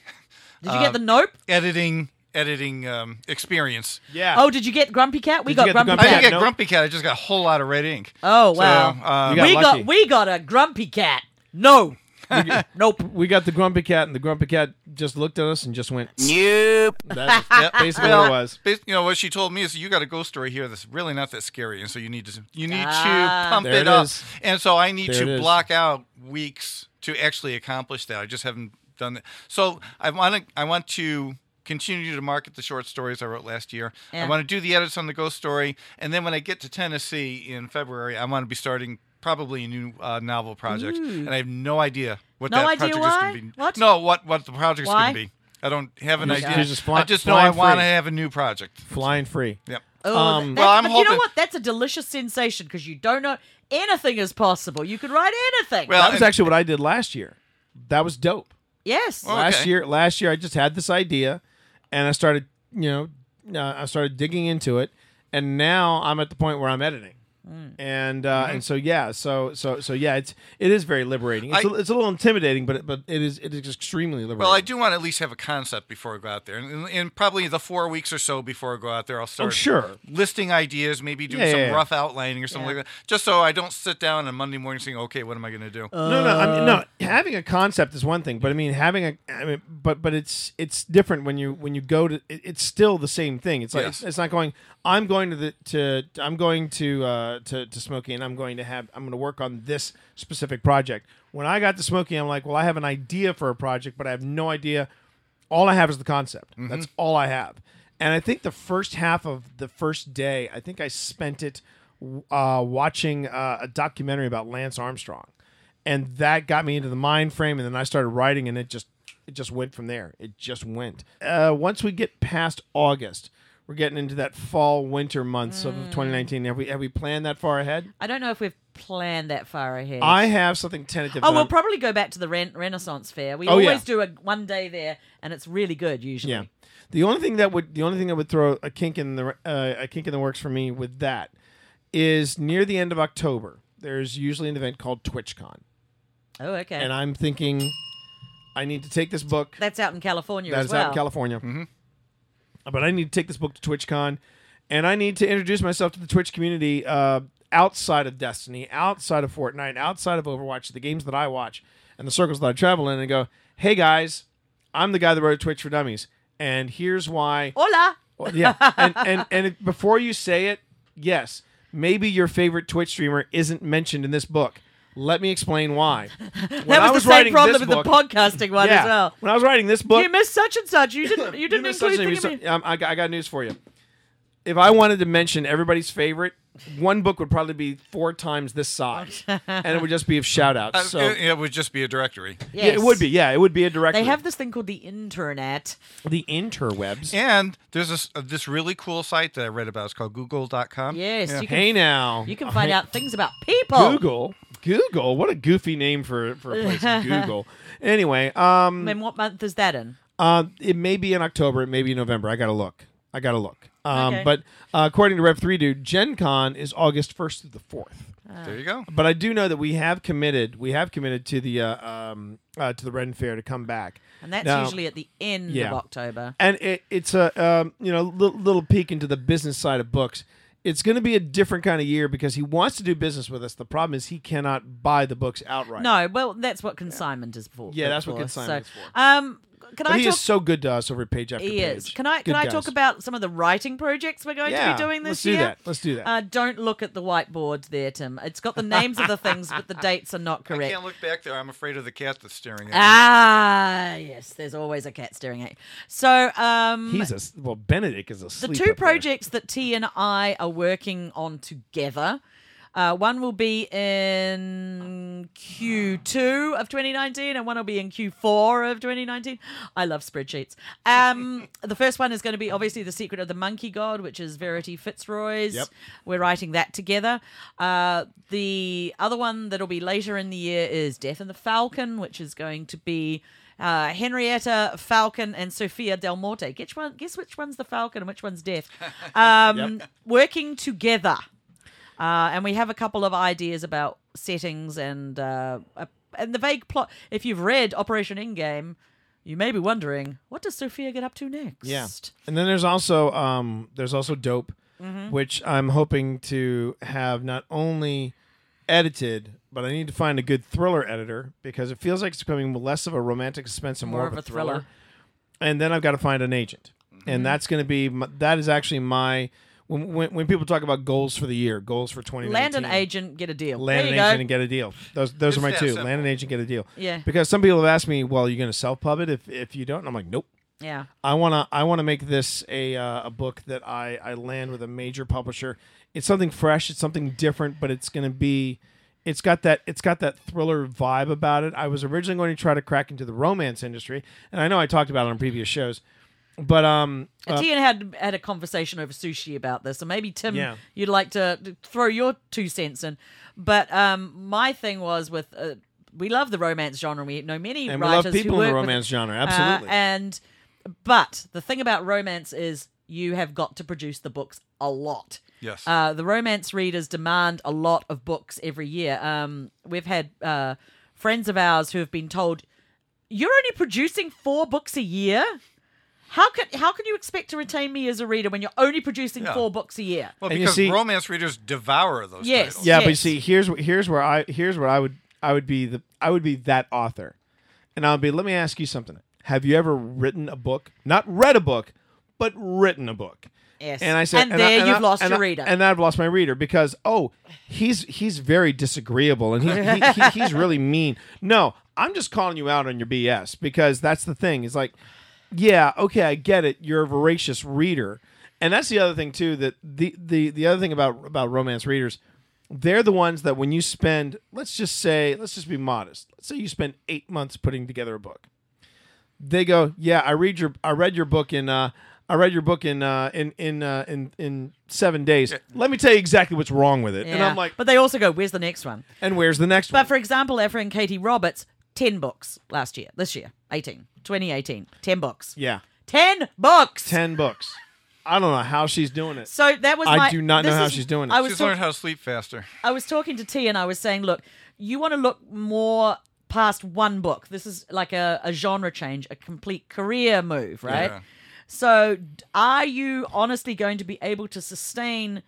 Speaker 1: Did
Speaker 2: uh,
Speaker 1: you get the nope?
Speaker 5: editing editing um, experience.
Speaker 2: Yeah.
Speaker 1: Oh, did you get Grumpy Cat? We
Speaker 2: Did
Speaker 1: got
Speaker 2: you get the
Speaker 1: Grumpy
Speaker 2: Grumpy
Speaker 5: I
Speaker 1: Cat.
Speaker 5: didn't
Speaker 2: Yeah,
Speaker 5: get
Speaker 2: no.
Speaker 5: Grumpy Cat. I just got a whole lot of red ink.
Speaker 1: Oh
Speaker 5: So,
Speaker 1: wow.
Speaker 5: um,
Speaker 2: You got
Speaker 1: we
Speaker 2: lucky.
Speaker 1: got we got a Grumpy Cat. No. nope.
Speaker 2: we got the grumpy cat, and the grumpy cat just looked at us and just went.
Speaker 8: Nope.
Speaker 2: That's
Speaker 5: Yep.
Speaker 2: basically what it was.
Speaker 5: Bas- you know what she told me is you got a ghost story here that's really not that scary, and so you need to you need
Speaker 1: Ah.
Speaker 5: to pump
Speaker 2: There
Speaker 5: it,
Speaker 2: it
Speaker 5: up,
Speaker 2: is.
Speaker 5: and so I need
Speaker 2: There it
Speaker 5: to
Speaker 2: is.
Speaker 5: block out weeks to actually accomplish that. I just haven't done that. So I want to I want to continue to market the short stories I wrote last year.
Speaker 1: Yeah.
Speaker 5: I want to do the edits on the ghost story, and then when I get to Tennessee in February, I want to be starting. Probably a new uh, novel project, and I have no idea what
Speaker 1: No
Speaker 5: that
Speaker 1: idea
Speaker 5: project is
Speaker 1: why?
Speaker 5: going to be.
Speaker 1: What?
Speaker 5: No, what what the project is
Speaker 1: Why?
Speaker 5: going to be? I don't have an
Speaker 2: You're just-
Speaker 5: idea.
Speaker 2: you're just fly-
Speaker 5: I just know I
Speaker 2: flying
Speaker 5: want to
Speaker 2: free.
Speaker 5: have a new project.
Speaker 2: Flying free.
Speaker 5: Yep.
Speaker 1: Oh,
Speaker 2: Um,
Speaker 1: that-
Speaker 5: Well, I'm
Speaker 1: but you know
Speaker 5: hoping-
Speaker 1: what? That's a delicious sensation because you don't know anything is possible. You could write anything.
Speaker 5: Well,
Speaker 2: That was
Speaker 5: and-
Speaker 2: actually what I did last year. That was dope.
Speaker 1: yes.
Speaker 5: Well,
Speaker 2: last
Speaker 5: Okay.
Speaker 2: year last year i just had this idea and i started you know uh, i started digging into it and now i'm at the point where i'm editing
Speaker 5: Mm.
Speaker 2: And uh,
Speaker 5: Mm-hmm.
Speaker 2: and so yeah, so so so yeah, it's it is very liberating. It's, a
Speaker 5: I-
Speaker 2: it's a little intimidating, but it- but it is it is extremely liberating.
Speaker 5: Well, I do want to at least have a concept before I go out there, and, and, and probably the four weeks or so before I go out there, I'll start
Speaker 2: Oh, sure.
Speaker 5: listing ideas, maybe do
Speaker 2: Yeah,
Speaker 5: some
Speaker 2: yeah, yeah.
Speaker 5: rough outlining or something like that, just so I don't sit down on Monday morning saying, "Okay, what am I going to do?"
Speaker 1: Uh,
Speaker 2: No, no, I mean, no. Having a concept is one thing, but I mean having a, I mean, but but it's it's different when you when you go to. It, it's still the same thing. It's like
Speaker 5: Yes.
Speaker 2: it's not going. I'm going to the to I'm going to uh, to to Smokey, and I'm going to have I'm going to work on this specific project. When I got to Smokey, I'm like, well, I have an idea for a project, but I have no idea. All I have is the concept. That's all I have. And I think the first half of the first day, I think I spent it uh, watching uh, a documentary about Lance Armstrong and that got me into the mind frame and then i started writing and it just it just went from there it just went uh, once we get past august we're getting into that fall winter months
Speaker 1: Mm.
Speaker 2: of 2019 have we have we planned that far ahead
Speaker 1: I don't know if we've planned that far ahead.
Speaker 2: i have something tentative
Speaker 1: Oh,
Speaker 2: that
Speaker 1: we'll
Speaker 2: I'm-
Speaker 1: probably go back to the ren- Renaissance Fair. We
Speaker 2: Oh,
Speaker 1: always
Speaker 2: yeah.
Speaker 1: do a one day there, and it's really good usually.
Speaker 2: yeah the only thing that would the only thing that would throw a kink in the uh, a kink in the works for me with that is near the end of october there's usually an event called twitchcon
Speaker 1: Oh, okay.
Speaker 2: and i'm thinking i need to take this book
Speaker 1: That's out in California
Speaker 2: That
Speaker 1: as
Speaker 2: is
Speaker 1: well.
Speaker 2: out in California. Uh, But I need to take this book to TwitchCon, and I need to introduce myself to the Twitch community uh, outside of Destiny, outside of Fortnite, outside of Overwatch, the games that I watch, and the circles that I travel in, and go, "Hey guys, I'm the guy that wrote Twitch for Dummies, and here's why."
Speaker 1: Hola.
Speaker 2: Well, yeah, and and and if, before you say it, yes, maybe your favorite Twitch streamer isn't mentioned in this book. Let me explain why. When
Speaker 1: that
Speaker 2: I
Speaker 1: was, the same
Speaker 2: writing
Speaker 1: problem
Speaker 2: this
Speaker 1: with
Speaker 2: book-
Speaker 1: the podcasting one
Speaker 2: yeah,
Speaker 1: as well.
Speaker 2: When I was writing this book,
Speaker 1: you missed such and such. You didn't. You didn't
Speaker 2: Even if
Speaker 1: include
Speaker 2: something-
Speaker 1: thing in me.
Speaker 2: so- um, I, got, I got news for you. If I wanted to mention everybody's favorite, one book would probably be four times this size, and it would just be of shout
Speaker 5: Uh,
Speaker 2: outs. So
Speaker 5: it, it would just be a directory.
Speaker 2: Yeah, it would be. Yeah, it would be a direct.
Speaker 1: They have this thing called the internet.
Speaker 2: the interwebs.
Speaker 5: And there's this uh, this really cool site that I read about. It's called Google.com.
Speaker 1: Yes, you can.
Speaker 2: hey now,
Speaker 1: You can find
Speaker 2: Hey-
Speaker 1: out things about people.
Speaker 2: Google. Google. What a goofy name for for a place. Google. Anyway, um,
Speaker 1: And what month is that in?
Speaker 2: Uh, it may be in October. It may be November. I gotta look. I gotta look. Um,
Speaker 1: Okay.
Speaker 2: But uh, according to Rev Three Dude, Gen Con is August first through the fourth.
Speaker 5: There you go.
Speaker 2: But I do know that we have committed. We have committed to the uh, um, uh, to the Ren Fair to come back,
Speaker 1: And that's
Speaker 2: Now-
Speaker 1: usually at the end
Speaker 2: Yeah.
Speaker 1: of October.
Speaker 2: and it, it's a um, you know little, little peek into the business side of books. It's going to be a different kind of year because he wants to do business with us. The problem is he cannot buy the books outright.
Speaker 1: No, well, that's what consignment is for.
Speaker 2: Yeah, that's what
Speaker 1: for,
Speaker 2: consignment
Speaker 1: so,
Speaker 2: is for.
Speaker 1: Um, can
Speaker 2: but
Speaker 1: I
Speaker 2: he
Speaker 1: talk?
Speaker 2: is so good to us over page after
Speaker 1: he
Speaker 2: page.
Speaker 1: is. Can I
Speaker 2: Good
Speaker 1: can I
Speaker 2: guys.
Speaker 1: talk about some of the writing projects we're going
Speaker 2: Yeah,
Speaker 1: to be doing this
Speaker 2: let's do
Speaker 1: year?
Speaker 2: that. Let's do that.
Speaker 1: Uh, don't look at the whiteboard there, Tim. It's got the names of the things, but the dates are not
Speaker 5: I
Speaker 1: correct.
Speaker 5: can't look back there. I'm afraid of the cat that's staring at me.
Speaker 1: Ah, yes. There's always a cat staring at you. So, um,
Speaker 2: He's a s- well. Benedict is a
Speaker 1: the two projects that T and I are working on together. Uh, one will be in Q2 of 2019, and one will be in Q4 of 2019. I love spreadsheets. Um, the first one is going to be obviously The Secret of the Monkey God, which is Verity Fitzroy's.
Speaker 2: Yep.
Speaker 1: We're writing that together. Uh, the other one that'll be later in the year is Death and the Falcon, which is going to be uh, Henrietta Falcon and Sophia Del Morte. Guess one? Guess which one's the Falcon and which one's Death? Um, Working together, uh, and we have a couple of ideas about settings and uh, a- and the vague plot. If you've read Operation Ingame. You may be wondering, what does Sophia get up to next?
Speaker 2: Yeah. And then there's also um there's also dope,
Speaker 1: Mm-hmm.
Speaker 2: which I'm hoping to have not only edited, but I need to find a good thriller editor because it feels like it's becoming less of a romantic suspense and more, of, a thriller. And then I've got to find an agent,
Speaker 1: Mm-hmm.
Speaker 2: and that's going to be my, that is actually my when, when when people talk about goals for the year, goals for 2019.
Speaker 1: Land an agent, get a deal. there
Speaker 2: Land an
Speaker 1: you
Speaker 2: agent
Speaker 1: go.
Speaker 2: and get a deal. Those those
Speaker 5: It's
Speaker 2: are my
Speaker 5: that
Speaker 2: two.
Speaker 5: simple.
Speaker 2: Land an agent, get a deal.
Speaker 1: Yeah.
Speaker 2: Because some people have asked me, well, are you going to self pub it if if you don't? And I'm like, nope.
Speaker 1: yeah.
Speaker 2: I wanna I wanna make this a uh, a book that I I land with a major publisher. It's something fresh. It's something different, but it's gonna be. It's got that it's got that thriller vibe about it. I was originally going to try to crack into the romance industry, and I know I talked about it on previous shows, but um, uh,
Speaker 1: Tian had had a conversation over sushi about this, and maybe Tim,
Speaker 2: Yeah.
Speaker 1: you'd like to throw your two cents in. But um, my thing was with uh, we love the romance genre. We know many
Speaker 2: and we
Speaker 1: writers
Speaker 2: love
Speaker 1: who
Speaker 2: people in
Speaker 1: work
Speaker 2: the
Speaker 1: with-
Speaker 2: romance genre.
Speaker 1: uh,
Speaker 2: Absolutely,
Speaker 1: and but the thing about romance is you have got to produce the books a lot.
Speaker 5: Yes.
Speaker 1: Uh, the romance readers demand a lot of books every year. Um, we've had uh, friends of ours who have been told, "You're only producing four books a year. How can how can you expect to retain me as a reader when you're only producing
Speaker 5: Yeah.
Speaker 1: four books a year?"
Speaker 5: Well,
Speaker 2: And you
Speaker 5: because
Speaker 2: see-
Speaker 5: romance readers devour those
Speaker 1: Yes.
Speaker 5: titles.
Speaker 2: Yeah, but you
Speaker 1: Yes.
Speaker 2: see, here's wh- here's where I here's where I would I would be the I would be that author, and I'll be. Let me ask you something. Have you ever written a book? Not read a book, but written a book.
Speaker 1: Yes.
Speaker 2: And I said,
Speaker 1: And there
Speaker 2: I-
Speaker 1: you've
Speaker 2: I-
Speaker 1: lost
Speaker 2: and
Speaker 1: your
Speaker 2: I-
Speaker 1: reader.
Speaker 2: and I've lost my reader because oh, he's he's very disagreeable and he, he, he he's really mean. No, I'm just calling you out on your BS because that's the thing. It's like, yeah, okay, I get it. You're a voracious reader, and that's the other thing too. That the the the other thing about about romance readers, they're the ones that when you spend, let's just say, let's just be modest. Let's say you spend eight months putting together a book they go, yeah, I read your, I read your book in, uh, I read your book in, uh, in, in, uh, in, in seven days. Let me tell you exactly what's wrong with it. And
Speaker 1: Yeah.
Speaker 2: I'm like,
Speaker 1: but they also go, "Where's the next one?"
Speaker 2: and where's the next
Speaker 1: But
Speaker 2: one?
Speaker 1: for example, our friend Katie Roberts, 10 books last year, this year, 18, 2018, 10 books.
Speaker 2: yeah,
Speaker 1: 10 books!
Speaker 2: ten books. I don't know how she's doing it.
Speaker 1: So that was
Speaker 2: I
Speaker 1: my-
Speaker 2: do not know
Speaker 1: this
Speaker 2: how
Speaker 1: is-
Speaker 2: she's doing it.
Speaker 1: I was,
Speaker 5: She's
Speaker 1: talk-
Speaker 5: learned how to sleep faster.
Speaker 1: I was talking to T and I was saying, look, you want to look more past one book. This is like a, a genre change, a complete career move, right?
Speaker 5: Yeah.
Speaker 1: So d- are you honestly going to be able to sustain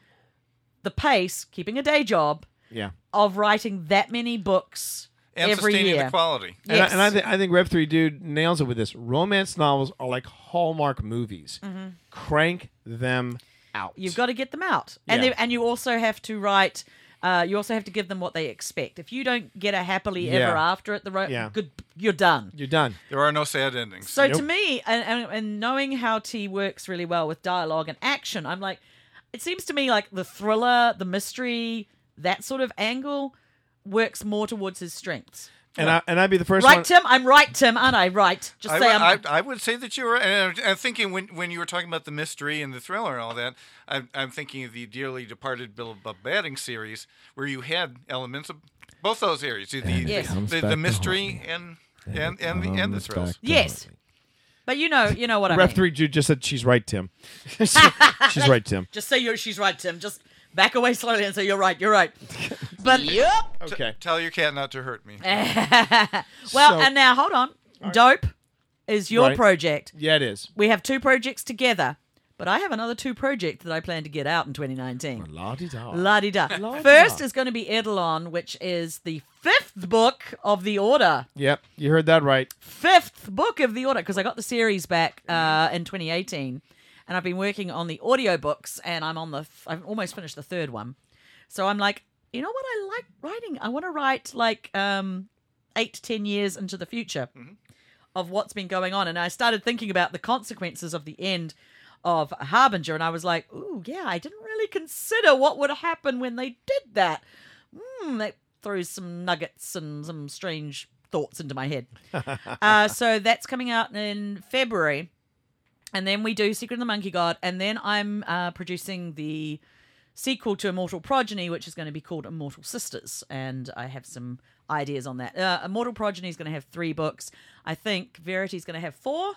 Speaker 1: the pace, keeping a day job,
Speaker 2: Yeah,
Speaker 1: of writing that many books
Speaker 5: And
Speaker 1: every
Speaker 5: sustaining
Speaker 1: year?
Speaker 5: the quality.
Speaker 2: and I,
Speaker 1: Yes.
Speaker 2: and I think I think Rev Three Dude nails it with this. Romance novels are like Hallmark movies.
Speaker 1: Mm-hmm.
Speaker 2: Crank them out.
Speaker 1: You've got to get them out, and
Speaker 2: Yeah.
Speaker 1: they- and you also have to write. Uh, you also have to give them what they expect. If you don't get a happily ever
Speaker 2: Yeah.
Speaker 1: after at the ro-
Speaker 2: Yeah.
Speaker 1: good, you're done.
Speaker 2: You're done.
Speaker 5: There are no sad endings.
Speaker 1: So to
Speaker 2: Nope.
Speaker 1: me, and, and, and knowing how T works really well with dialogue and action, I'm like, it seems to me like the thriller, the mystery, that sort of angle works more towards his strengths.
Speaker 2: And I and I'd be the first
Speaker 1: Right,
Speaker 2: one.
Speaker 1: Tim? I'm right, Tim, aren't I? Right. Just
Speaker 5: I
Speaker 1: say
Speaker 5: would-
Speaker 1: I'm.
Speaker 5: I- I would say that you were, and I'm thinking when, when you were talking about the mystery and the thriller and all that, I'm, I'm thinking of the dearly departed Bill Batting series, where you had elements of both those areries the, the,
Speaker 1: Yes.
Speaker 5: the,
Speaker 10: comes
Speaker 5: the
Speaker 10: back to
Speaker 5: mystery and, and, and, the, and the
Speaker 10: Comes
Speaker 5: thrills.
Speaker 10: Um, back to
Speaker 1: yes,
Speaker 10: haunt me.
Speaker 1: but you know, you know what I
Speaker 2: Rev
Speaker 1: mean.
Speaker 2: Three Dude just said she's right, Tim. she's right, Tim.
Speaker 1: Just say you she's right, Tim. Just back away slowly and say you're right. You're right. But
Speaker 2: Okay.
Speaker 5: Tell your cat not to hurt me.
Speaker 1: Eh. well,
Speaker 2: So-
Speaker 1: and now hold on. Dope is your
Speaker 2: Right.
Speaker 1: project.
Speaker 2: Yeah, it is.
Speaker 1: We have two projects together, but I have another two projects that I plan to get out in 2019.
Speaker 10: La-di-da.
Speaker 1: La di da. First is going to be Edelon, which is the fifth book of the order.
Speaker 2: Yep, you heard that right.
Speaker 1: Fifth book of the order, because I got the series back uh, in 2018, and I've been working on the audiobooks, and I'm on the. F- I've almost finished the third one, so I'm like, you know what? I like writing. I want to write like um, eight to ten years into the future of what's been going on. And I started thinking about the consequences of the end of Harbinger. And I was like, ooh, yeah, I didn't really consider what would happen when they did that. Hmm, that throws some nuggets and some strange thoughts into my head. uh, so that's coming out in February. And then we do Secret of the Monkey God. And then I'm uh, producing the sequel to Immortal Progeny, which is going to be called Immortal Sisters. And I have some ideas on that. Uh, Immortal Progeny is going to have three books. I think Verity's going to have four.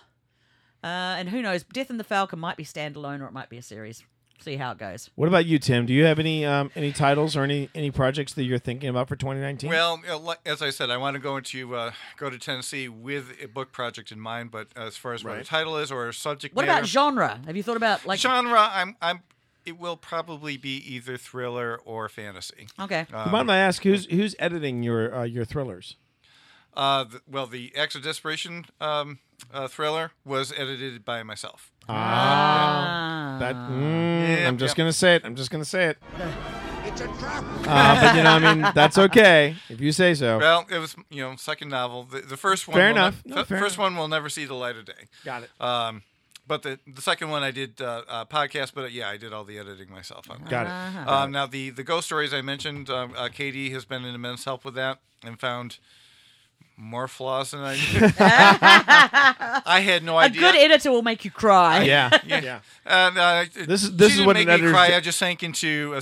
Speaker 1: Uh, and who knows? Death and the Falcon might be standalone or it might be a series. See how it goes.
Speaker 2: What about you, Tim? Do you have any um, any titles or any any projects that you're thinking about for 2019?
Speaker 5: Well, uh, li- as I said, I want to go into uh, go to Tennessee with a book project in mind, but as far as what the title is or subject
Speaker 1: What
Speaker 5: matter,
Speaker 1: about genre? Have you thought about like
Speaker 5: genre? I'm I'm it will probably be either thriller or fantasy.
Speaker 1: okay?
Speaker 2: you mind if I
Speaker 5: um,
Speaker 2: ask who's who's editing your uh, your thrillers?
Speaker 5: Uh, th- well, the Acts of Desperation um, uh, thriller was edited by myself.
Speaker 2: That mm,
Speaker 5: Yeah,
Speaker 2: I'm just
Speaker 5: yeah.
Speaker 2: gonna say it. I'm just gonna say it. It's a trap. Uh, but you know, I mean, that's okay if you say so.
Speaker 5: Well, it was you know second novel. The, the first one,
Speaker 2: Fair
Speaker 5: will ne-
Speaker 2: enough. No,
Speaker 5: the
Speaker 2: fair
Speaker 5: first
Speaker 2: enough.
Speaker 5: one will never see the light of day.
Speaker 2: Got it.
Speaker 5: Um, but the the second one I did uh, uh, podcast, but uh, yeah, I did all the editing myself on that.
Speaker 2: Got it.
Speaker 5: Um, now the the ghost stories I mentioned, um, uh, Katie has been an immense help with that and found more flaws than I. Knew. I had no
Speaker 1: a
Speaker 5: idea.
Speaker 1: good editor will make you cry.
Speaker 2: Yeah.
Speaker 5: Yeah.
Speaker 2: yeah.
Speaker 5: And, uh,
Speaker 2: This is- this
Speaker 5: she
Speaker 2: is
Speaker 5: didn't
Speaker 2: what
Speaker 5: make
Speaker 2: an
Speaker 5: me
Speaker 2: editor
Speaker 5: cry.
Speaker 2: should-
Speaker 5: I just sank into a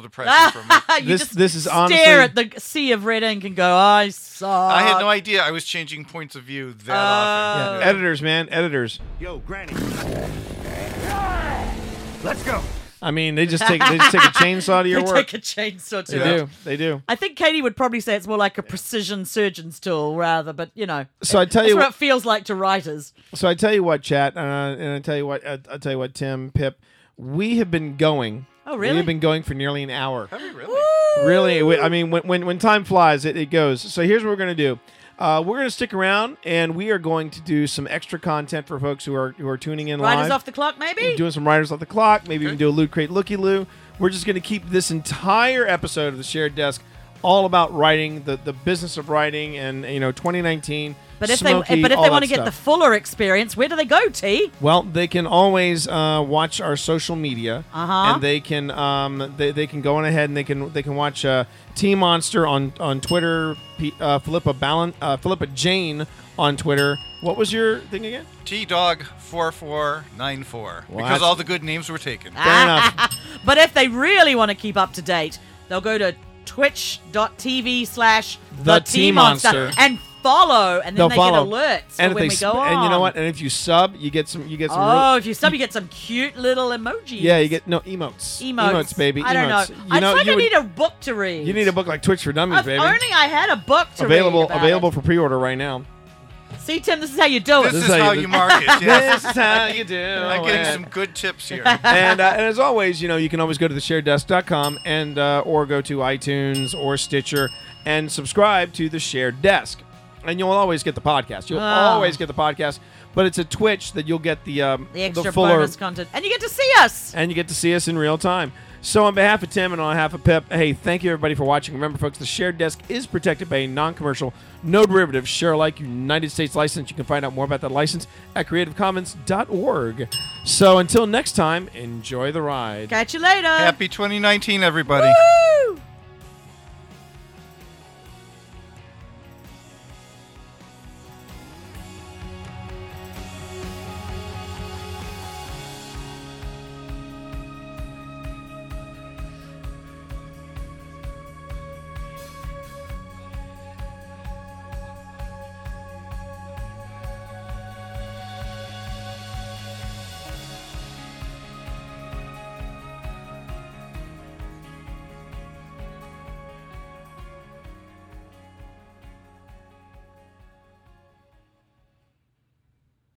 Speaker 5: depression for a minute.
Speaker 1: you
Speaker 2: This-
Speaker 1: just
Speaker 2: this is
Speaker 1: stare
Speaker 2: honestly-
Speaker 1: at the sea of red ink and go, I saw.
Speaker 5: I had no idea I was changing points of
Speaker 1: uh,
Speaker 5: view that often.
Speaker 2: Editors, man, editors.
Speaker 7: Yo, Granny. Let's go.
Speaker 2: I mean, they just take they just take a chainsaw to your
Speaker 1: they
Speaker 2: work.
Speaker 1: take a chainsaw to
Speaker 2: they
Speaker 1: it.
Speaker 2: do. They do.
Speaker 1: I think Katie would probably say it's more like a precision surgeon's tool rather, but you know,
Speaker 2: So I tell
Speaker 1: that's
Speaker 2: you,
Speaker 1: what
Speaker 2: what,
Speaker 1: it feels like to writers.
Speaker 2: so I tell you what, chat, uh, and I tell you what, I, I tell you what, Tim, Pip, we have been going.
Speaker 1: Oh, really?
Speaker 2: We have been going for nearly an hour.
Speaker 5: Have we really?
Speaker 2: Really, we- I mean, when, when, when time flies, it, it goes. So here's what we're going to do. Uh, we're going to stick around, and we are going to do some extra content for folks who are who are tuning in
Speaker 1: Writers
Speaker 2: live.
Speaker 1: off the clock, maybe.
Speaker 2: doing some Riders off the Clock. Maybe even do a Loot Crate Looky Loo. We're just going to keep this entire episode of the Shared Desk all about writing, the, the business of writing, and you know 2019.
Speaker 1: But if
Speaker 2: Smokey,
Speaker 1: they but if
Speaker 2: all
Speaker 1: they
Speaker 2: that
Speaker 1: want to get the
Speaker 2: stuff.
Speaker 1: fuller experience, where do they go? T.
Speaker 2: Well, they can always uh, watch our social media,
Speaker 1: Uh-huh.
Speaker 2: and they can um, they, they can go on ahead and they can they can watch uh, T Monster on on Twitter, P, uh, Philippa Ballon, uh, Philippa Jane on Twitter. What was your thing again?
Speaker 5: T Dog four four nine four because
Speaker 2: that's-
Speaker 5: all the good names were taken.
Speaker 1: Ah.
Speaker 2: Fair enough.
Speaker 1: But if they really want to keep up to date, they'll go to twitch.tv slash
Speaker 2: The
Speaker 1: the
Speaker 2: Tea
Speaker 1: Tea Monster
Speaker 2: Monster.
Speaker 1: and follow, and then
Speaker 2: They'll
Speaker 1: they
Speaker 2: follow.
Speaker 1: get alerts for
Speaker 2: And if
Speaker 1: when
Speaker 2: they
Speaker 1: we
Speaker 2: sp-
Speaker 1: go on.
Speaker 2: and you know what? And if you sub, you get some you get some. real-
Speaker 1: Oh, if you sub, you get some cute little emojis.
Speaker 2: Yeah, you get no emotes.
Speaker 1: emotes,
Speaker 2: baby.
Speaker 1: I don't
Speaker 2: emotes.
Speaker 1: know.
Speaker 2: You
Speaker 1: I it's like
Speaker 2: you
Speaker 1: I
Speaker 2: would-
Speaker 1: need a book to read.
Speaker 2: you need a book like Twitch for Dummies,
Speaker 1: If
Speaker 2: baby.
Speaker 1: only I had a book to read.
Speaker 2: available
Speaker 1: about
Speaker 2: available
Speaker 1: it.
Speaker 2: for pre-order right now.
Speaker 1: See, Tim, this is how you do it.
Speaker 5: This, is how you mark it. Yes.
Speaker 2: is how you do.
Speaker 5: I'm getting
Speaker 2: it.
Speaker 5: some good tips here.
Speaker 2: and, uh, and as always, you know, you can always go to theshareddesk.com and uh, or go to iTunes or Stitcher and subscribe to the Shared Desk. And you'll always get the podcast. You'll
Speaker 1: Ah.
Speaker 2: always get the podcast, but it's a Twitch that you'll get the um,
Speaker 1: the extra
Speaker 2: fuller
Speaker 1: bonus content, and you get to see us.
Speaker 2: and you get to see us in real time. So, on behalf of Tim and on behalf of Pip, hey, thank you everybody for watching. Remember, folks, the shared desk is protected by a non commercial, no derivative, share alike United States license. You can find out more about that license at creativecommons.org. So, until next time, enjoy the ride.
Speaker 1: Catch you later.
Speaker 5: Happy 2019, everybody.